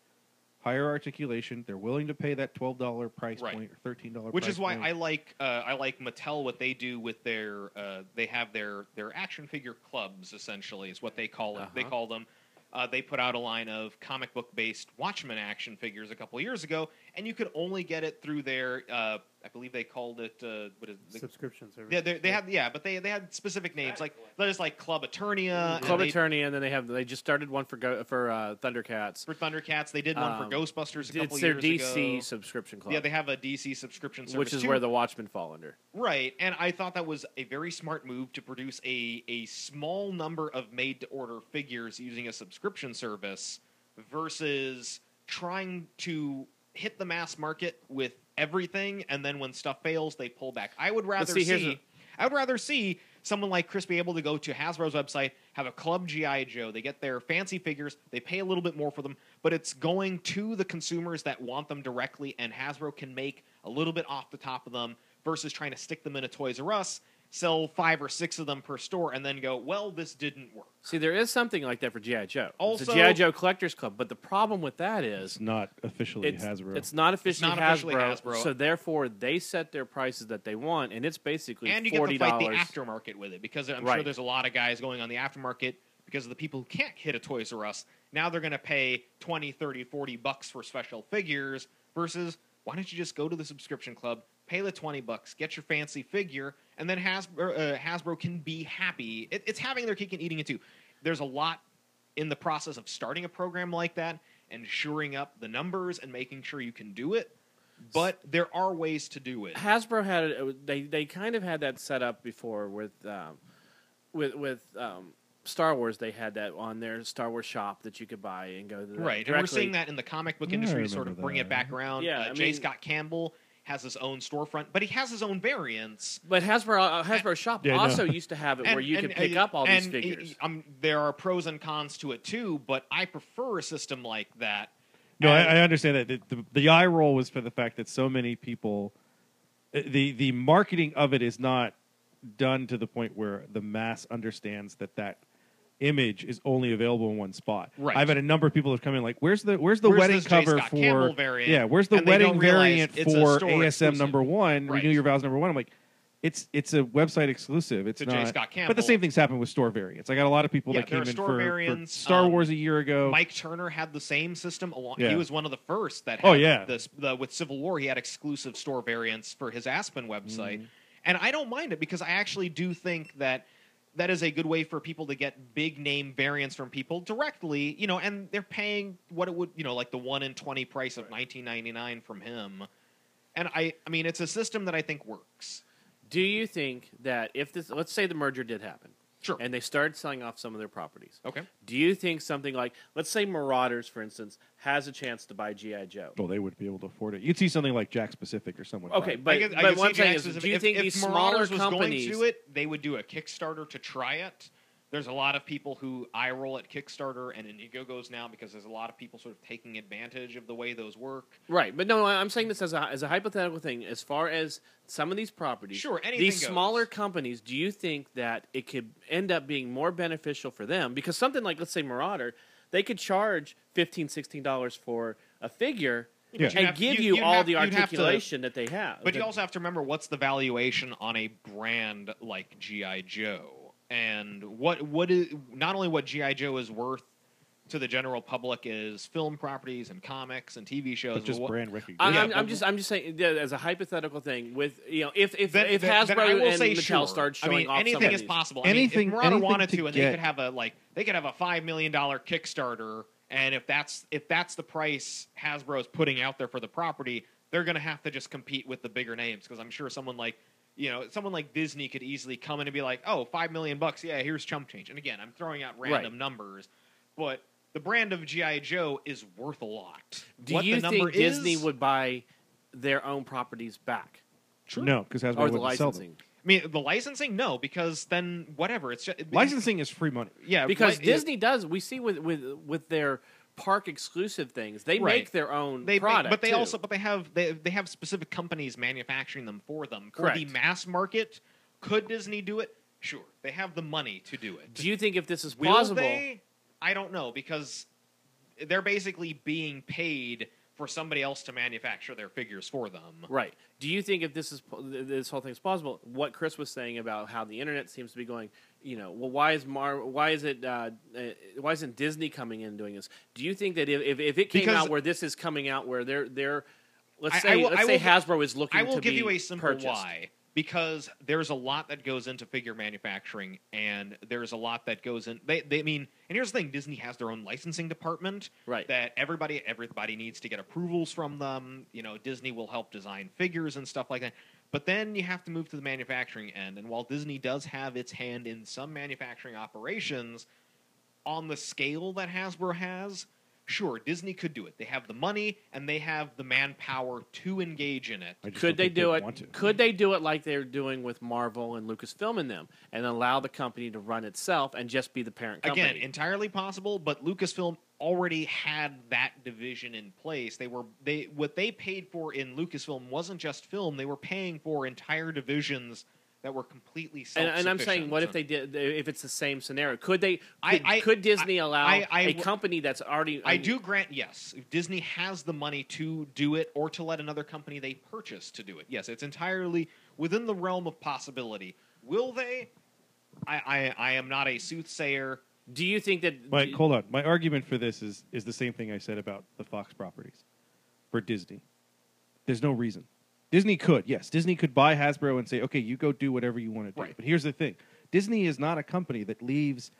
F: higher articulation. They're willing to pay that twelve dollar price
C: Right.
F: point or thirteen dollar,
C: which is why I like uh, I like Mattel what they do with their uh, they have their their action figure clubs essentially is what they call it they
A: Uh-huh.
C: call them. Uh, they put out a line of comic book based Watchmen action figures a couple years ago, and you could only get it through their uh, I believe they called it uh, what is the,
B: subscription service.
C: yeah, they, they had yeah but they they had specific names like there's like Club Eternia Uh, and
A: Club
C: they-
A: Attorney, and then they have they just started one for go, for uh, Thundercats.
C: for Thundercats they did one
A: Um,
C: for Ghostbusters a couple
A: It's their
C: years
A: DC
C: ago.
A: subscription club,
C: yeah, they have a DC subscription service,
A: which is
C: too.
A: where the Watchmen fall under.
C: Right, and I thought that was a very smart move to produce a a small number of made to order figures using a subscription service versus trying to hit the mass market with everything and then when stuff fails they pull back. I would rather
A: see, here's
C: see I would rather see someone like Chris be able to go to Hasbro's website, have a club GI Joe, they get their fancy figures, they pay a little bit more for them, but it's going to the consumers that want them directly, and Hasbro can make a little bit off the top of them versus trying to stick them in a Toys R Us, sell five or six of them per store, and then go, well, this didn't work.
A: See, there is something like that for GI Joe. it's
C: Also-
A: a GI Joe collectors club, but the problem with that is
F: It's not officially
A: it's
F: Hasbro.
A: it's not officially,
C: not officially
A: Hasbro,
C: Hasbro.
A: so therefore they set their prices that they want, and it's basically
C: And you get
A: forty
C: to fight the
A: dollars.
C: aftermarket with it because I'm sure
A: Right.
C: there's a lot of guys going on the aftermarket because of the people who can't hit a Toys R Us. Now they're going to pay 20, 30, 40 bucks for special figures versus why don't you just go to the subscription club, pay the 20 bucks, get your fancy figure, and then Hasbro, uh, Hasbro can be happy. It, it's having their cake and eating it too. There's a lot in the process of starting a program like that and shoring up the numbers and making sure you can do it. But there are ways to do it.
A: Hasbro had it- they they kind of had that set up before with um, with with um, Star Wars. They had that on their Star Wars shop that you could buy and go to the
C: Right, and we're
A: directly.
C: seeing that in the comic book
F: Yeah, I
C: industry to sort of
F: remember
C: bring
F: that.
C: it back around.
A: Yeah,
C: uh,
A: I
C: J.
A: mean-
C: Scott Campbell has his own storefront, but he has his own variants.
A: But Hasbro uh, Hasbro shop
F: Yeah, I know.
A: also used to have it where you could pick up all these
C: and, uh,
A: figures.
C: um, there are pros and cons to it too, but I prefer a system like that.
F: No, I,
C: And-
F: I understand that. The, the, the eye roll was for the fact that so many people, uh, the the marketing of it is not done to the point where the mass understands that that image is only available in one spot.
C: Right.
F: I've had a number of people have come in like, "Where's the where's the
C: Where's
F: wedding
C: this J.
F: cover
C: Scott
F: for
C: Campbell variant?
F: yeah? Where's the
C: And they
F: wedding
C: don't realize
F: variant
C: it's a
F: for
C: store
F: ASM
C: exclusive.
F: number one?
C: Right.
F: Renew your vows number one." I'm like. It's it's a website exclusive. It's
C: To J.
F: not,
C: Scott
F: but the
C: Campbell.
F: same things happened with store variants. I got a lot of people
C: Yeah,
F: that
C: there
F: came
C: are
F: in
C: store
F: for, for
C: variants,
F: Star
C: um,
F: Wars a year ago.
C: Mike Turner had the same system. Along,
F: Yeah.
C: he was one of the first that. Had
F: Oh, yeah.
C: this, the, with Civil War, he had exclusive store variants for his Aspen website,
F: Mm-hmm.
C: and I don't mind it because I actually do think that that is a good way for people to get big name variants from people directly. You know, and they're paying what it would, you know, like the one in twenty price of nineteen ninety nine from him. And I, I mean, it's a system that I think works.
A: Do you think that if this, let's say the merger did happen,
C: Sure.
A: and they started selling off some of their properties.
C: Okay.
A: Do you think something like, let's say Marauders, for instance, has a chance to buy GI Joe?
F: Well, they wouldn't be able to afford it. You'd see something like Jack Specific or someone.
A: Okay,
F: buy
A: but,
C: I guess- I
A: but
C: could
A: one
C: see
A: thing
C: Jack
A: is, do
C: specific-
A: you
C: if-
A: think
C: if
A: these smaller
C: Marauders was
A: companies?
C: going to it, they would do a Kickstarter to try it? There's a lot of people who eye roll at Kickstarter and Indiegogo's now because there's a lot of people sort of taking advantage of the way those work.
A: Right, but no, I- I'm saying this as a as a hypothetical thing. As far as some of these properties,
C: Sure, anything
A: these
C: goes.
A: smaller companies, do you think that it could end up being more beneficial for them? Because something like let's say Marauder, they could charge 15 dollars for a figure
F: Yeah.
C: you'd
A: and
C: have-
A: give
C: you-
A: you,
C: you'd
A: all
C: have-
A: the
C: you'd have to-
A: articulation that they have.
C: But you
A: that-
C: also have to remember what's the valuation on a brand like GI Joe, and what what is not only what GI Joe is worth to the general public is film properties and comics and TV shows.
F: but just
C: what-
F: brand recognition.
A: I,
C: Yeah,
A: I'm, I'm
C: but-
A: just I'm just saying yeah, as a hypothetical thing with you know if if
C: Then-
A: if
C: then- then I
A: Hasbro
C: will
A: and
C: say
A: Mattel
C: sure.
A: start
C: I
A: showing
C: mean,
A: off
C: anything
A: some of
C: is
A: these-
C: possible.
F: Anything-
C: I mean, if Murata
F: anything
C: wanted
F: to
C: to, and
F: get-
C: they could have a like they could have a five million dollar Kickstarter, and if that's if that's the price Hasbro is putting out there for the property, they're going to have to just compete with the bigger names because I'm sure someone like you know someone like Disney could easily come in and be like, oh, five million bucks, yeah, here's chump change. And again, I'm throwing out
A: Right.
C: random numbers, but the brand of GI Joe is worth a lot.
A: Do
C: what
A: you
C: the number
A: think Disney
C: is-
A: would buy their own properties back
F: No, because Hasbro
A: or
F: wouldn't
A: the
F: sell them.
A: licensing?
C: I mean, the licensing? No, because then whatever. It's just,
F: Licensing is free money.
C: Yeah,
A: because
C: li-
A: Disney does. We see with with with their park exclusive things, they
C: Right.
A: make their own
C: they
A: product.
C: but they
A: too.
C: also but they have they, they have specific companies manufacturing them for them for the
A: Correct.
C: mass market. Could Disney do it? Sure, they have the money to do it.
A: do you think if this is
C: Will
A: plausible?
C: they? I don't know because they're basically being paid for somebody else to manufacture their figures for them.
A: Right. Do you think if this is this whole thing is plausible? What Chris was saying about how the internet seems to be going, you know, well, why is Mar? Why is it? Uh, uh, why isn't Disney coming in and doing this? Do you think that if if, if it came
C: Because-
A: out where this is coming out where they're they're let's
C: I-
A: say
C: I will-
A: let's
C: I
A: say
C: will-
A: Hasbro is looking
C: I will
A: to
C: give
A: be
C: you a simple
A: purchased.
C: why because there's a lot that goes into figure manufacturing and there's a lot that goes in they, they I mean and here's the thing Disney has their own licensing department
A: Right.
C: that everybody everybody needs to get approvals from them you know Disney will help design figures and stuff like that but then you have to move to the manufacturing end and while Disney does have its hand in some manufacturing operations on the scale that Hasbro has, sure, Disney could do it. They have the money and they have the manpower to engage in it.
F: I just
A: Could
F: don't
A: they
F: think
A: do
F: they'd
A: it?
F: Want to.
A: Could they do it like they're doing with Marvel and Lucasfilm and them, and allow the company to run itself and just be the parent company?
C: Again, entirely possible, but Lucasfilm already had that division in place. They were they what they paid for in Lucasfilm wasn't just film, they were paying for entire divisions that were completely
A: and,
C: self
A: and I'm saying, what if they did? If it's the same scenario, could they? Could,
C: I- I-
A: could Disney
C: I-
A: allow a
C: I- I w-
A: company that's already?
C: I do grant yes. If Disney has the money to do it or to let another company they purchase to do it. Yes, it's entirely within the realm of possibility. Will they? I I, I am not a soothsayer.
A: Do you think that?
F: My,
A: do-
F: hold on. My argument for this is is the same thing I said about the Fox properties for Disney. There's no reason. Disney could, yes, Disney could buy Hasbro and say, "Okay, you go do whatever you want to do."
C: Right.
F: But here's the thing: Disney is not a company that leaves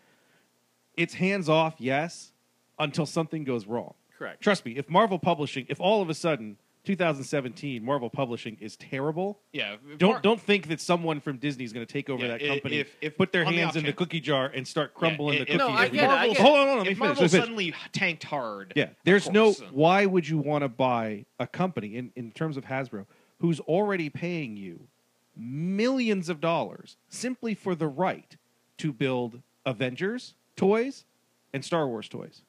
F: its hands off, yes, until something goes wrong.
A: Correct.
F: Trust me. If Marvel Publishing, if all of a sudden 2017 Marvel Publishing is terrible,
C: Yeah.
F: don't don't think that someone from Disney is going to take over
C: Yeah,
F: that
C: i-
F: company,
C: if- if-
F: put their
C: on the
F: hands
C: off
F: in the
C: chance.
F: cookie jar, and start crumbling
C: Yeah,
F: the
C: i-
F: cookies.
C: if
A: No, I
F: every
A: get it,
F: day.
A: I get it.
F: Hold on, hold on. Let me
C: if
F: finish. Let
C: Marvel
F: me finish.
C: suddenly tanked hard,
F: Yeah,
C: of
F: there's no.
C: course.
F: Why would you want to buy a company in, in terms of Hasbro who's already paying you millions of dollars simply for the right to build Avengers toys and Star Wars toys?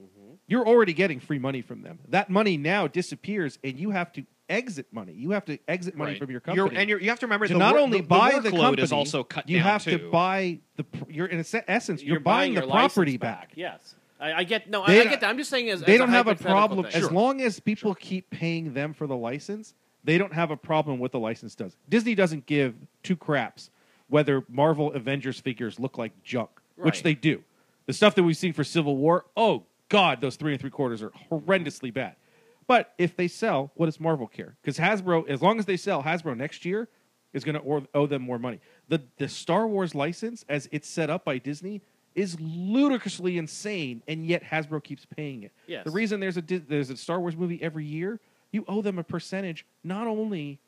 C: Mm-hmm.
F: You're already getting free money from them. That money now disappears, and you have to exit money. You have to exit money
C: Right.
F: from your
C: You're-
F: company.
C: and you're, you have to remember
F: to
C: the
F: not
C: wor-
F: only
C: the,
F: buy the
C: the workload
F: company,
C: is also cut
F: you
C: down
F: have
C: too.
F: to buy the. pr- You're in a se- essence, you're,
A: buying
F: buying, the
A: your license
F: property back.
A: Yes, I, I get. No,
F: They-
A: I, I get that. I'm just saying, as
F: they
A: as
F: don't have a
A: hypothetical
F: problem
A: thing.
F: as long as people keep paying them for the license. They don't have a problem with the license does. Disney doesn't give two craps whether Marvel Avengers figures look like junk,
A: Right.
F: which they do. The stuff that we've seen for Civil War, oh god, those three and three quarters are horrendously bad. But if they sell, what does Marvel care? Because Hasbro, as long as they sell, Hasbro next year is going to owe them more money. The the Star Wars license, as it's set up by Disney, is ludicrously insane, and yet Hasbro keeps paying it.
A: Yes.
F: The reason there's a Dis- there's a Star Wars movie every year, you owe them a percentage not only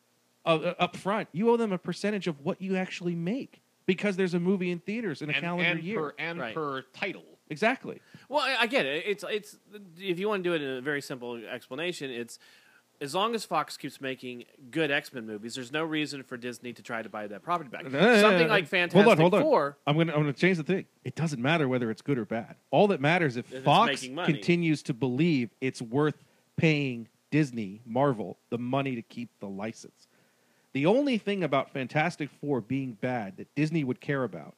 F: uh, uh, up front, you owe them a percentage of what you actually make. because there's a movie in theaters in a
C: and,
F: calendar
C: and
F: year.
C: per and
A: Right.
C: per title.
F: Exactly.
A: Well, I I get it. It's it's if you want to do it in a very simple explanation, it's as long as Fox keeps making good X Men movies, there's no reason for Disney to try to buy that property back. Something like Fantastic
F: hold on, hold on.
A: Four.
F: I'm gonna I'm gonna change the thing. It doesn't matter whether it's good or bad. All that matters if,
A: If it's
F: Fox
A: making money.
F: continues to believe it's worth paying Disney, Marvel, the money to keep the license. The only thing about Fantastic Four being bad that Disney would care about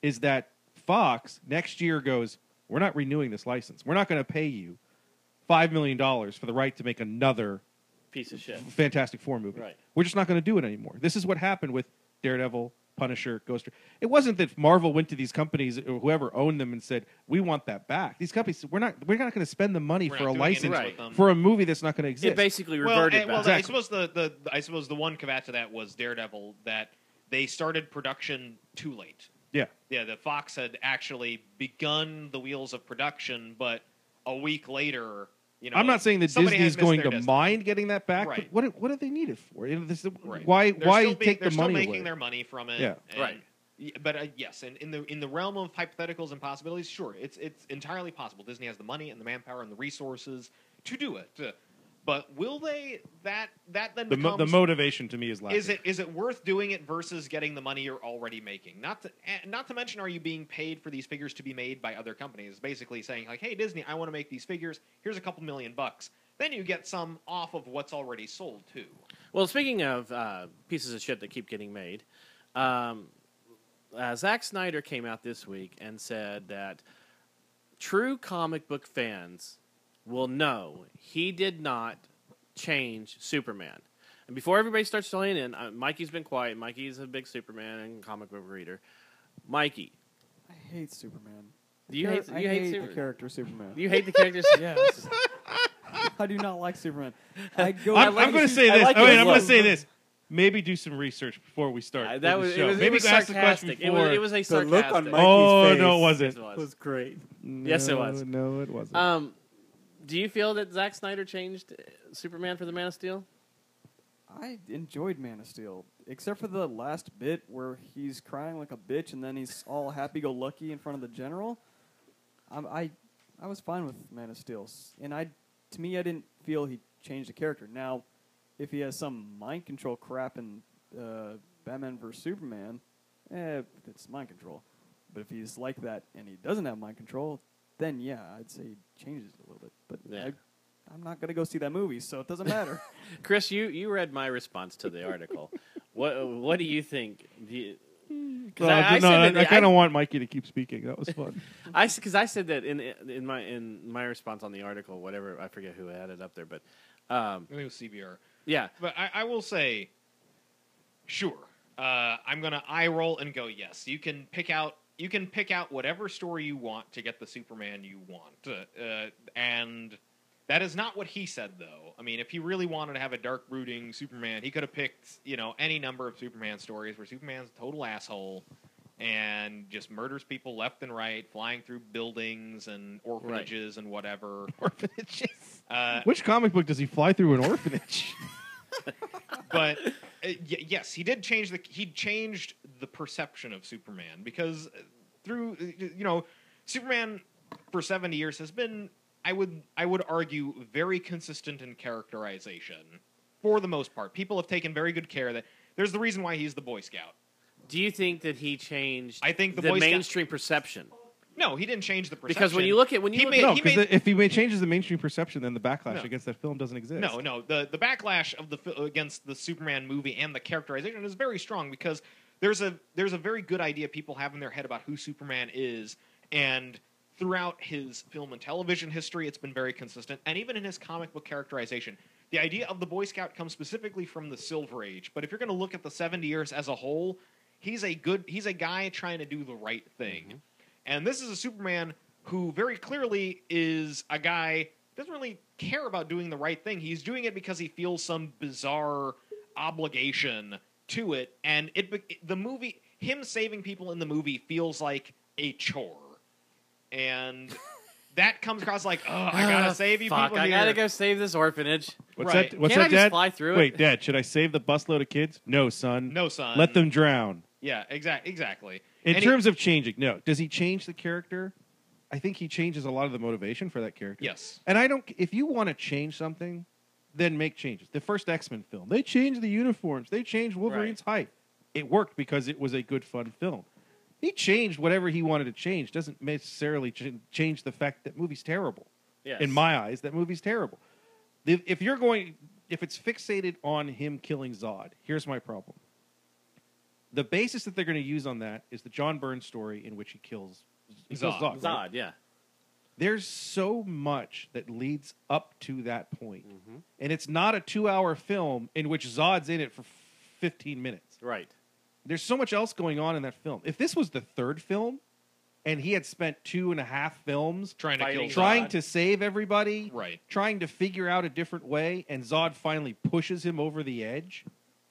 F: is that Fox next year goes, We're not renewing this license. We're not gonna pay you five million dollars for the right to make another
A: Piece of shit.
F: Fantastic Four movie.
A: Right.
F: We're just not going to do it anymore. This is what happened with Daredevil, Punisher, Ghost. It wasn't that Marvel went to these companies or whoever owned them and said, "We want that back." These companies, said, we're not, we're not going to spend the money
C: We're
F: for
C: not
F: a
C: doing
F: license
C: anything
A: Right.
C: with them.
F: for a movie that's not going to exist.
A: It basically
C: well,
A: reverted
C: and- well,
A: back.
C: I suppose the, the I suppose the one caveat to that was Daredevil that they started production too late.
F: yeah,
C: Yeah, the Fox had actually begun the wheels of production, but a week later, you know,
F: I'm not saying that
C: somebody had
F: Disney's
C: missed
F: going
C: their
F: to
C: deadline.
F: mind getting that back.
C: Right.
F: But what what do they need it for? You know, this,
C: Right.
F: Why
C: They're
F: why
C: still being-
F: take
C: they're
F: the
C: still
F: money
C: making
F: away?
C: their money from it?
F: Yeah.
C: and-
A: Right.
C: y- But uh, yes, in, in the in the realm of hypotheticals and possibilities, sure, it's it's entirely possible. Disney has the money and the manpower and the resources to do it. Uh, But will they? That that then
F: the, mo-
C: becomes
F: the motivation to me is lacking.
C: is it is it worth doing it versus getting the money you're already making? Not to and not to mention, are you being paid for these figures to be made by other companies? Basically saying like, hey Disney, I want to make these figures. Here's a couple million bucks. Then you get some off of what's already sold too.
A: Well, speaking of uh, pieces of shit that keep getting made, um, uh, Zack Snyder came out this week and said that true comic book fans will know he did not change Superman. And before everybody starts filling in, uh, Mikey's been quiet. Mikey's a big Superman and comic book reader. Mikey,
G: I hate Superman.
A: do you
G: Char-
A: hate
G: I
A: you hate,
G: hate the
A: Superman?
G: character Superman.
A: Do you hate the characters?
G: yes. I do not like Superman. I go.
F: I'm,
A: like
F: I'm going
A: his-
F: to say
A: I
F: this.
A: like
F: oh, wait,
A: his
F: I'm going
A: look.
F: to say this. Maybe do some research before we start.
A: Uh,
F: with
A: that
F: the
A: was, it
F: show.
A: was, it
F: Maybe
A: was
F: ask the question
A: sarcastic. It was,
F: before.
A: it was a
B: The look on
A: sarcastic.
B: Mike-
F: oh
B: Mikey's
F: no,
B: face.
F: it wasn't.
A: It was.
B: was great.
A: Yes, it was.
F: No, it wasn't.
A: Um, do you feel that Zack Snyder changed uh, Superman for the Man of Steel?
G: I enjoyed Man of Steel, except for the last bit where he's crying like a bitch, and then he's all happy-go-lucky in front of the general. I, I, I was fine with Man of Steel, s- and I, to me, I didn't feel he changed the character. Now, if he has some mind control crap in uh, Batman vs Superman, eh, it's mind control. But if he's like that and he doesn't have mind control, then yeah, I'd say he changes it a little bit. But
A: Yeah.
G: I, I'm not gonna go see that movie, so it doesn't matter.
A: Chris, you, you read my response to the article. what what do you think? Do you, 'cause I, I
F: no,
A: said
F: I,
A: that-
F: kind of want Mikey to keep speaking. That was fun.
A: I because I said that in in my in my response on the article, whatever I forget who had it up there, but um,
C: I think it was CBR.
A: yeah,
C: But I, I will say, sure. Uh, I'm gonna eye roll and go yes. You can pick out you can pick out whatever story you want to get the Superman you want, uh, uh, and that is not what he said though. I mean, if he really wanted to have a dark brooding Superman, he could have picked you know any number of Superman stories where Superman's a total asshole and just murders people left and right, flying through buildings and orphanages and whatever.
F: Orphanages.
C: Uh,
F: Which comic book does he fly through an orphanage?
C: but uh, y- yes, he did change the he changed the perception of Superman because uh, through uh, you know Superman for 70 years has been I would I would argue very consistent in characterization for the most part. People have taken very good care that there's the reason why he's the boy scout.
A: do you think that he changed?
C: I think the
A: the
C: Boy Scout-
A: mainstream perception
C: No, he didn't change the perception.
A: because when you look at when you
C: He
A: look
C: made-
A: at,
F: no,
C: he
F: because
C: made-
F: if he ma- changes the mainstream perception, then the backlash
C: No.
F: against that film doesn't exist.
C: No, no. The the backlash of the fi- against the Superman movie and the characterization is very strong because there's a there's a very good idea people have in their head about who Superman is and throughout his film and television history it's been very consistent and even in his comic book characterization the idea of the boy scout comes specifically from the silver age but if you're going to look at the 70 years as a whole he's a good he's a guy trying to do the right thing and this is a Superman who very clearly is a guy doesn't really care about doing the right thing. He's doing it because he feels some bizarre obligation to it, and it be- the movie him saving people in the movie feels like a chore, and that comes across like, oh, I gotta
A: "Ah,
C: save you
A: fuck,
C: people
A: I
C: here.
A: gotta go save this orphanage.
F: What's
C: Right.
F: that? What's
A: Can't
F: that,
A: I just
F: Dad?
A: fly through it?
F: Wait, Dad, should I save the busload of kids? No, son.
C: No, son.
F: Let them drown.
C: Yeah, exactly. Exactly.
F: In
C: And he-
F: terms of changing, no. Does he change the character? I think he changes a lot of the motivation for that character.
C: yes,
F: And I don't. If you want to change something, then make changes. The first X Men film, they changed the uniforms. They changed Wolverine's height. It worked because it was a good, fun film. He changed whatever he wanted to change. Doesn't necessarily ch- change the fact that movie's terrible.
A: Yes.
F: In my eyes, that movie's terrible. If, if you're going, if it's fixated on him killing Zod, here's my problem. The basis that they're going to use on that is the John Byrne story in which he kills he kills
C: Zod.
F: Zod. right?
A: Zod, yeah.
F: there's so much that leads up to that point. And it's not a two hour film in which Zod's in it for 15 minutes.
A: Right.
F: There's so much else going on in that film. If this was the third film and he had spent two and a half films
C: trying to kill.
A: Fighting
F: trying
A: Zod.
F: to save everybody,
C: Right.
F: trying to figure out a different way, and Zod finally pushes him over the edge,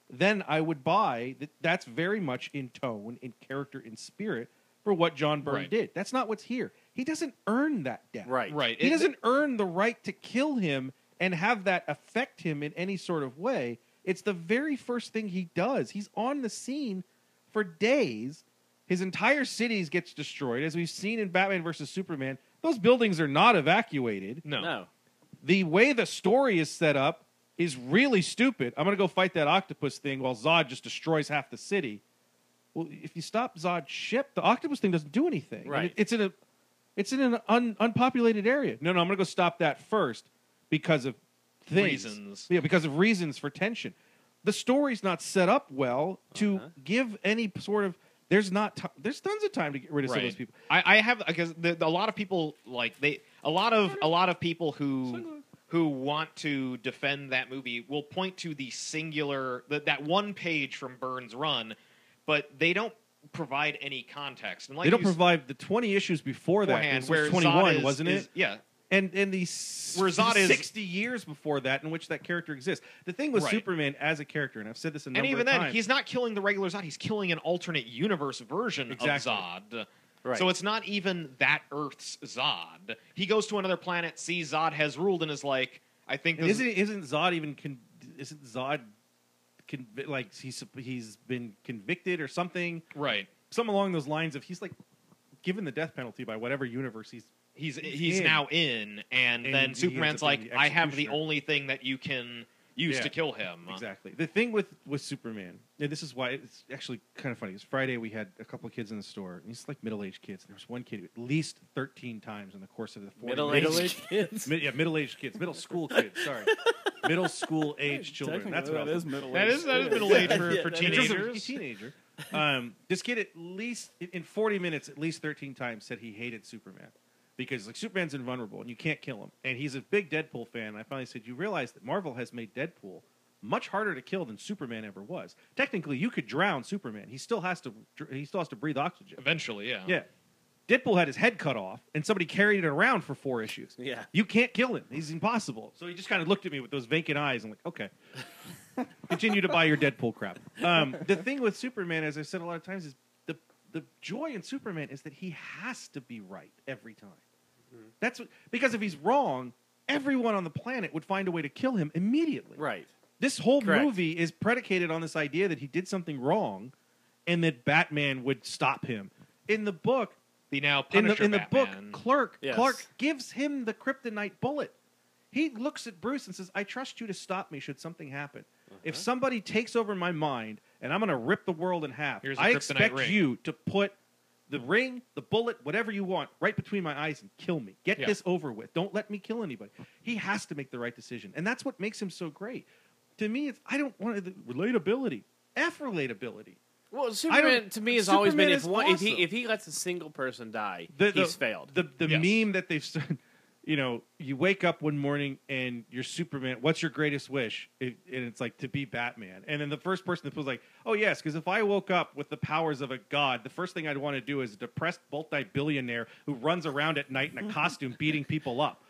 F: then I would buy that that's very much in tone, in character, in spirit for what John Byrne
C: Right.
F: did. That's not what's here. He doesn't earn that death.
A: Right.
C: Right.
F: He
C: It-
F: doesn't earn the right to kill him and have that affect him in any sort of way. It's the very first thing he does. He's on the scene for days. His entire cities gets destroyed, as we've seen in Batman versus Superman. Those buildings are not evacuated.
C: No.
A: No.
F: The way the story is set up is really stupid. I'm going to go fight that octopus thing while Zod just destroys half the city. Well, if you stop Zod's ship, the octopus thing doesn't do anything. And
A: Right.
F: it- it's in a it's in an un, unpopulated area. No, no, I'm going to go stop that first because of things.
C: Reasons.
F: Yeah, because of reasons for tension. The story's not set up well to
C: Uh-huh.
F: give any sort of there's not ti there's tons of time to get rid of some of those people.
C: I, I have because the, the- a lot of people like they a lot of a lot of people who who want to defend that movie will point to the singular the, that one page from Burns Run, but they don't provide any context. And like
F: they don't
C: you s-
F: provide the 20 issues before that.
C: beforehand,
F: which was
C: where
F: 21,
C: Zod is-
F: wasn't it?
C: is- yeah,
F: and and the s-
C: Where Zod is-
F: 60 years before that in which that character exists. The thing with
C: Right.
F: Superman as a character, and I've said this a number
C: and even
F: of
C: then,
F: times,
C: he's not killing the regular Zod. He's killing an alternate universe version
F: Exactly.
C: of Zod.
A: Right.
C: So it's not even that Earth's Zod. He goes to another planet, sees Zod has ruled, and is like, "I think
F: and
C: this
F: isn't isn't Zod even con, isn't Zod convi- like he's he's been convicted or something,
C: right."
F: some along those lines of he's like given the death penalty by whatever universe he's
C: he's he's
F: in.
C: now in, and,
F: And he
C: then
F: ends
C: Superman's
F: up being
C: like,
F: the
C: I have the
F: executioner."
C: only thing that you can use
F: Yeah.
C: to kill him.
F: Exactly. The thing with with Superman, and this is why it's actually kind of funny. It's Friday. We had a couple of kids in the store, and it's like middle aged kids. There was one kid who at least thirteen times in the course of the 40 minutes-
A: Middle-aged kids.
F: Mid- yeah, middle aged kids, middle school kids. Sorry, middle school aged children. That's what I
G: Technically,
F: was
G: that is middle
C: That
G: age.
C: is
F: uh,
C: that is
G: Yeah.
C: middle age for,
A: Yeah,
C: for
A: that is-
F: teenager.
C: teenagers.
F: Teenager. Um, this kid at least in- in 40 minutes, at least 13 times said he hated Superman because like Superman's invulnerable and you can't kill him. And he's a big Deadpool fan. And I finally said, you realize that Marvel has made Deadpool much harder to kill than Superman ever was. Technically, you could drown Superman. He still has to. dr- He still has to breathe oxygen.
C: Eventually, yeah.
F: Yeah. Deadpool had his head cut off, and somebody carried it around for four issues.
A: Yeah.
F: You can't kill him. He's impossible. So he just kind of looked at me with those vacant eyes and like, okay. Continue to buy your Deadpool crap. Um, the thing with Superman, as I've said a lot of times, is the the joy in Superman is that he has to be right every time.
A: Mm-hmm.
F: That's what, because if he's wrong, everyone on the planet would find a way to kill him immediately.
A: Right.
F: This whole
A: Correct.
F: movie is predicated on this idea that he did something wrong, and that Batman would stop him. In the book,
C: The now
F: in the
C: Punisher
F: in the book,
C: Batman.
F: Clark
A: Yes.
F: Clark gives him the kryptonite bullet. He looks at Bruce and says, "I trust you to stop me should something happen.
C: Uh-huh.
F: If somebody takes over my mind and I'm going to rip the world in half,
C: Here's a
F: I
C: kryptonite
F: expect
C: ring."
F: you to put the ring, the bullet, whatever you want, right between my eyes and kill me. Get
C: Yeah.
F: this over with. Don't let me kill anybody." He has to make the right decision, and that's what makes him so great. To me, it's I don't want the relatability. F relatability.
A: Well,
F: I
A: Superman
F: don't-
A: to me has always
F: Superman
A: been if
F: is
A: one, if
F: awesome.
A: he if he lets a single person die,
F: the, the-
A: he's failed.
F: The the
C: Yes.
F: meme that they've said, you know, you wake up one morning and you're Superman. What's your greatest wish? It, and it's like to be Batman. And then the first person that was like, oh yes, because if I woke up with the powers of a god, the first thing I'd want to do is a depressed multi-billionaire who runs around at night in a costume beating people up.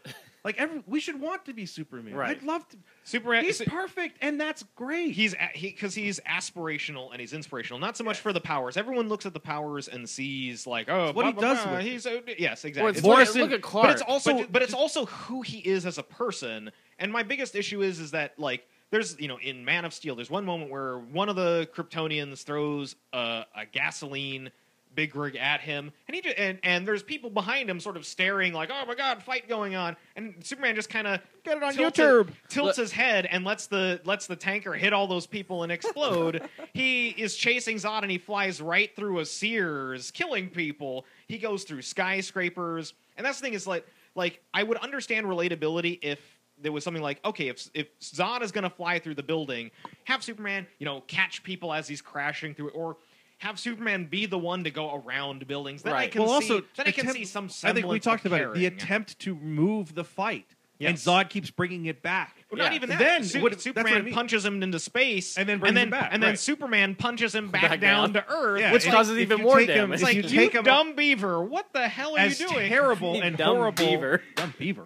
F: Like every, we should want to be Superman.
A: Right.
F: I'd love to.
C: Superman.
F: He's
C: Su-
F: perfect, and that's great.
C: He's a- he because he's aspirational and he's inspirational. Not so much for the powers. Everyone looks at the powers and sees like,
F: what
C: oh, blah,
F: he
C: blah,
F: does
C: blah,
F: with it.
C: He's uh, yes, exactly.
A: Well, it's
C: It's
A: like-
C: like-
F: Morrison-
A: look at Clark.
C: but it's also
F: But-
C: but, it's also who he is as a person. And my biggest issue is is that like there's you know in Man of Steel, there's one moment where one of the Kryptonians throws a, a gasoline big rig at him, and he just, and and there's people behind him sort of staring like, oh my god, fight going on, and Superman just kind of
F: Get it on
C: tilts
F: YouTube.
C: it- tilts his head and lets the lets the tanker hit all those people and explode. he is chasing Zod and he flies right through a Sears, killing people. He goes through skyscrapers, and that's the thing is like like I would understand relatability if there was something like okay if if Zod is going to fly through the building, have Superman you know catch people as he's crashing through it or. Have Superman be the one to go around buildings. Then I
A: Right.
C: can
F: well,
C: see.
F: also,
C: then I can
F: attempt-
C: see some.
F: I think we
C: semblance of
F: talked about it. The
C: caring.
F: attempt to move the fight, and
C: Yes.
F: Zod keeps bringing it back.
C: Well, Not
A: Yeah.
C: even that.
F: Then
C: Su-
F: what- that's
C: Superman
F: what I mean.
C: punches him into space,
F: And then brings
C: and then
F: him back,
C: and then
F: right.
C: Superman punches him back,
A: Back
C: down,
A: down.
C: to Earth,
F: Yeah,
A: Which
F: if-
A: causes
F: if
A: even
F: you
A: more
F: take him-
A: damage.
C: It's
F: if
C: like
F: you
C: you,
F: take him
C: dumb beaver. What the hell are
F: as
C: you doing?
F: terrible
A: You
F: and
A: dumb
F: horrible,
A: beaver.
F: dumb beaver,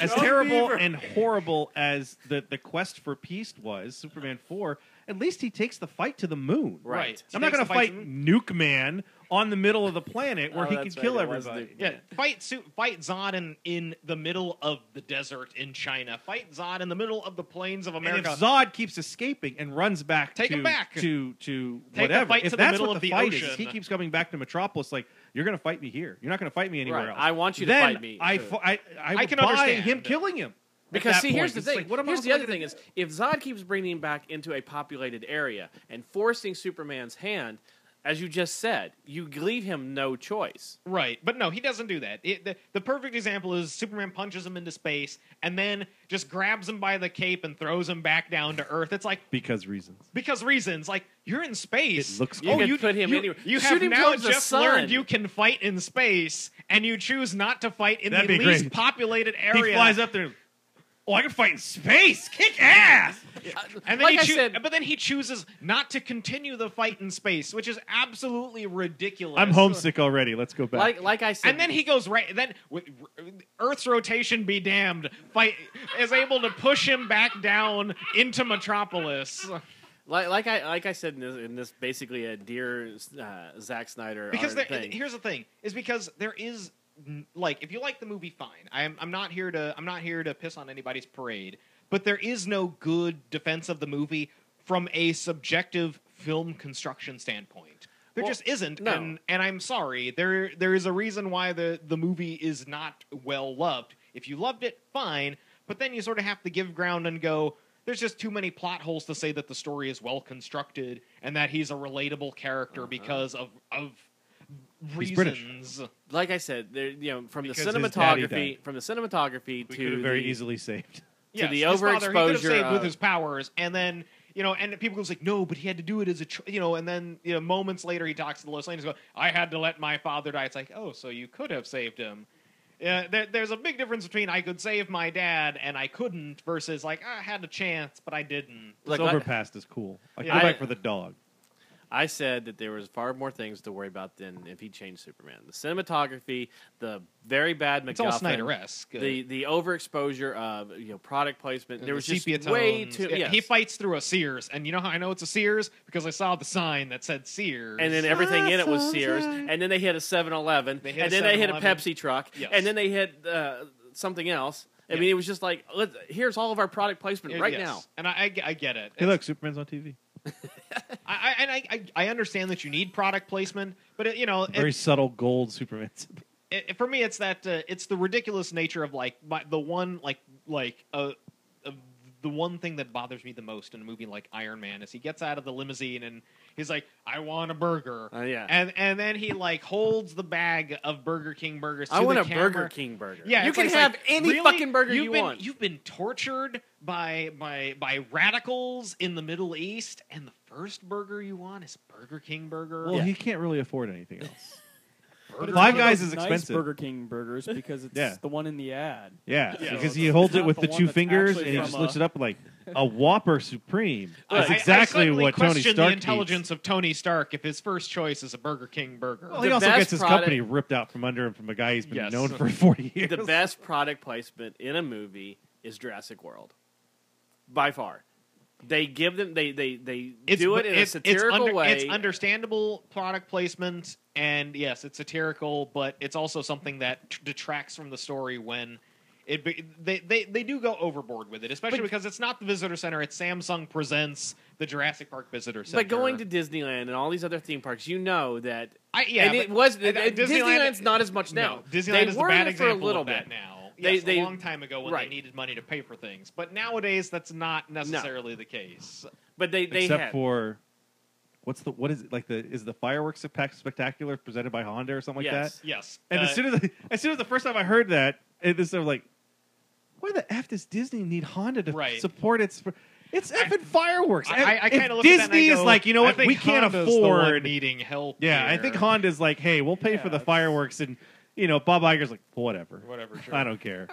F: as terrible and horrible as the the quest for peace was, Superman Four. At least he takes the fight to the moon.
A: Right.
C: He
F: I'm not
C: takes
F: going to
C: the fight
F: fight
C: to the
F: Nuke Man on the middle of the planet where
A: Oh,
F: he
A: that's
F: could
A: right,
F: kill
A: it was
F: everybody.
A: Nuke
C: Yeah, fight Su- fight Zod in, in the middle of the desert in China. Fight Zod in the middle of the plains of
F: And if
C: America.
F: Zod keeps escaping and runs back,
C: Take
F: to,
C: him back.
F: to to
C: Take the
F: whatever.
C: fight
F: if
C: to the
F: that's
C: middle
F: what
C: of
F: the,
C: the
F: fight is,
C: ocean.
F: he keeps coming back to Metropolis. Like you're going to fight me here. You're not going to fight me anywhere
A: Right.
F: else.
A: I want you to
F: Then
A: fight me.
F: I,
A: Sure.
F: fu- I, I,
C: I can
F: buy
C: understand.
F: him killing him. at
A: Because
F: that
A: see,
F: point.
A: here's the
F: It's
A: thing.
F: like, what am I
A: here's the
F: supposed
A: other
F: to
A: thing is if Zod keeps bringing him back into a populated area and forcing Superman's hand, as you just said, you leave him no choice.
C: Right, but no, he doesn't do that. It, the, the perfect example is Superman punches him into space and then just grabs him by the cape and throws him back down to Earth. It's like
F: do? because reasons.
C: because reasons like you're in space.
F: It looks
A: You
F: cool.
A: could put him
C: you,
A: anywhere.
C: You
A: Shoot
C: have
A: him
C: now
A: towards the
C: just
A: sun.
C: learned you can fight in space, and you choose not to fight in
F: That'd
C: the
F: be
C: least
F: great.
C: populated
F: He
C: area.
F: flies up there. Oh, I can fight in space. Kick ass.
C: and then
A: like I
C: he choo-
A: said-
C: but then he chooses not to continue the fight in space, which is absolutely ridiculous.
F: I'm homesick already. Let's go back.
A: Like like I said,
C: And then he goes right. Then with Earth's rotation be damned, fight is able to push him back down into Metropolis
A: like, like I like I said in this, in this basically a dear uh, Zack Snyder
C: because
A: art
C: there-
A: thing.
C: here's the thing: is because there is n- like if you like the movie, fine. I'm I'm not here to I'm not here to piss on anybody's parade, but there is no good defense of the movie from a subjective film construction standpoint. There
A: Well,
C: just isn't,
A: no.
C: and and I'm sorry. There there is a reason why the the movie is not well loved. If you loved it, fine, but then you sort of have to give ground and go. There's just too many plot holes to say that the story is well constructed and that he's a relatable character
A: Uh-huh.
C: because of of
F: He's British.
C: reasons.
A: like I said, there you know from
F: Because his
A: the
F: daddy
A: cinematography
F: died.
A: from the cinematography
F: we could
A: to
F: have very
A: the,
F: easily saved.
A: to the
C: his father, he could have
A: overexposure
C: saved with
A: of-
C: his powers, and then you know, and people goes like, no, but he had to do it as a, ch-, you know, and then you know, moments later he talks to Lois Lane and goes, I had to let my father die. It's like, oh, so you could have saved him. Yeah, there, there's a big difference between I could save my dad and I couldn't versus like I had a chance but I didn't.
A: Look, I-
F: Silverpast is cool. I can
A: Yeah.
F: go
A: I-
F: back for the dog.
A: I said that there was far more things to worry about than if he changed Superman. The cinematography, the very bad MacGuffin,
C: It's all Snyder-esque.
A: the the overexposure of you know product placement.
C: And
A: there
C: the
A: was just
C: sepia
A: way
C: tones.
A: too.
C: Yeah,
A: yes.
C: He fights through a Sears, and you know how I know it's a Sears because I saw the sign that said Sears.
A: and then everything in it was Sears, and then they hit a 7-Eleven,
C: They hit a
A: and then they hit a
C: 7-Eleven.
A: Pepsi truck,
C: Yes.
A: and then they hit uh, something else. I
C: Yeah.
A: mean, it was just like, let here's all of our product placement
C: It-
A: right
C: Uh, yes.
A: now.
C: and I, I ge- I get it.
F: Hey, look, Superman's on TV.
C: I, I and I, I I understand that you need product placement, but it, you know, it-
F: Very subtle gold Superman.
C: it- for me, it's that uh, it's the ridiculous nature of like my, the one like like uh, uh, the one thing that bothers me the most in a movie like Iron Man is he gets out of the limousine and he's like, "I want a burger,"
A: Uh, yeah.
C: and and then he like holds the bag of Burger King burgers.
A: I
C: to
A: want
C: the
A: a Burger
C: camera.
A: King burger.
C: Yeah,
A: you
C: it's
A: can
C: like- it's
A: have
C: like,
A: any
C: really?
A: fucking burger
C: you've
A: you
C: been,
A: want.
C: You've been tortured by by by radicals in the Middle East, and the first burger you want is Burger King burger.
F: Well, he can't really afford anything else.
G: But it's
F: Five
G: one of
F: Guys
G: those
F: is
G: nice
F: expensive.
G: Burger King burgers because it's
F: Yeah.
G: the one in the ad.
F: Yeah,
C: Yeah.
F: because
G: So
F: he
G: it's
F: holds it
G: not
F: with
G: the
F: the
G: one
F: two
G: that's
F: fingers
G: actually
F: and he
G: from
F: just
G: a-
F: looks it up like a Whopper Supreme.
C: I-
F: That's
C: I- I
F: exactly
C: suddenly
F: what Tony
C: question
F: Stark
C: the
F: eats.
C: intelligence of Tony Stark if his first choice is a Burger King burger.
F: Well, he
A: The
F: also
A: best
F: gets his
A: product-
F: company ripped out from under him from a guy he's been
C: Yes.
F: known for forty years.
A: the best product placement in a movie is Jurassic World, by far. They give them they they they do it in a
C: it's- it's
A: satirical
C: under-
A: way.
C: It's understandable product placement, and yes, it's satirical, but it's also something that t- detracts from the story when It be, they, they they do go overboard with it, especially
A: But-
C: because it's not the visitor center. It's Samsung presents the Jurassic Park visitor center.
A: But going to Disneyland and all these other theme parks, you know that.
C: I, yeah,
A: and
C: but-
A: it was
C: and, uh,
A: Disneyland's not as much now.
C: No, Disneyland
A: They
C: is a
A: were
C: bad
A: for
C: example
A: a little
C: of that
A: bit.
C: now.
A: They-
C: Yes,
A: they-
C: a long time ago when
A: right.
C: they needed money to pay for things, but nowadays that's not necessarily the case.
A: But they they
F: except
A: had.
F: for what's the what is it like the is the fireworks spec- spectacular presented by Honda or something like
A: Yes.
F: that?
C: Yes,
F: And
C: uh,
F: as soon as I, as soon as the first time I heard that, it was sort of like, why the f does Disney need Honda to
C: Right.
F: support its? It's effing fireworks.
C: I, I, I
F: If
C: kind of look
F: Disney
C: at that and I
F: is
C: go,
F: like, you know
C: I
F: what?
C: think
F: We can't
C: Honda's the one
F: afford.
C: needing help.
F: yeah, I
C: here.
F: think Honda's like, hey, we'll pay
B: Yeah,
F: for the
B: it's-
F: fireworks, and you know, Bob Iger's like, whatever,
C: Whatever, sure.
F: I don't care.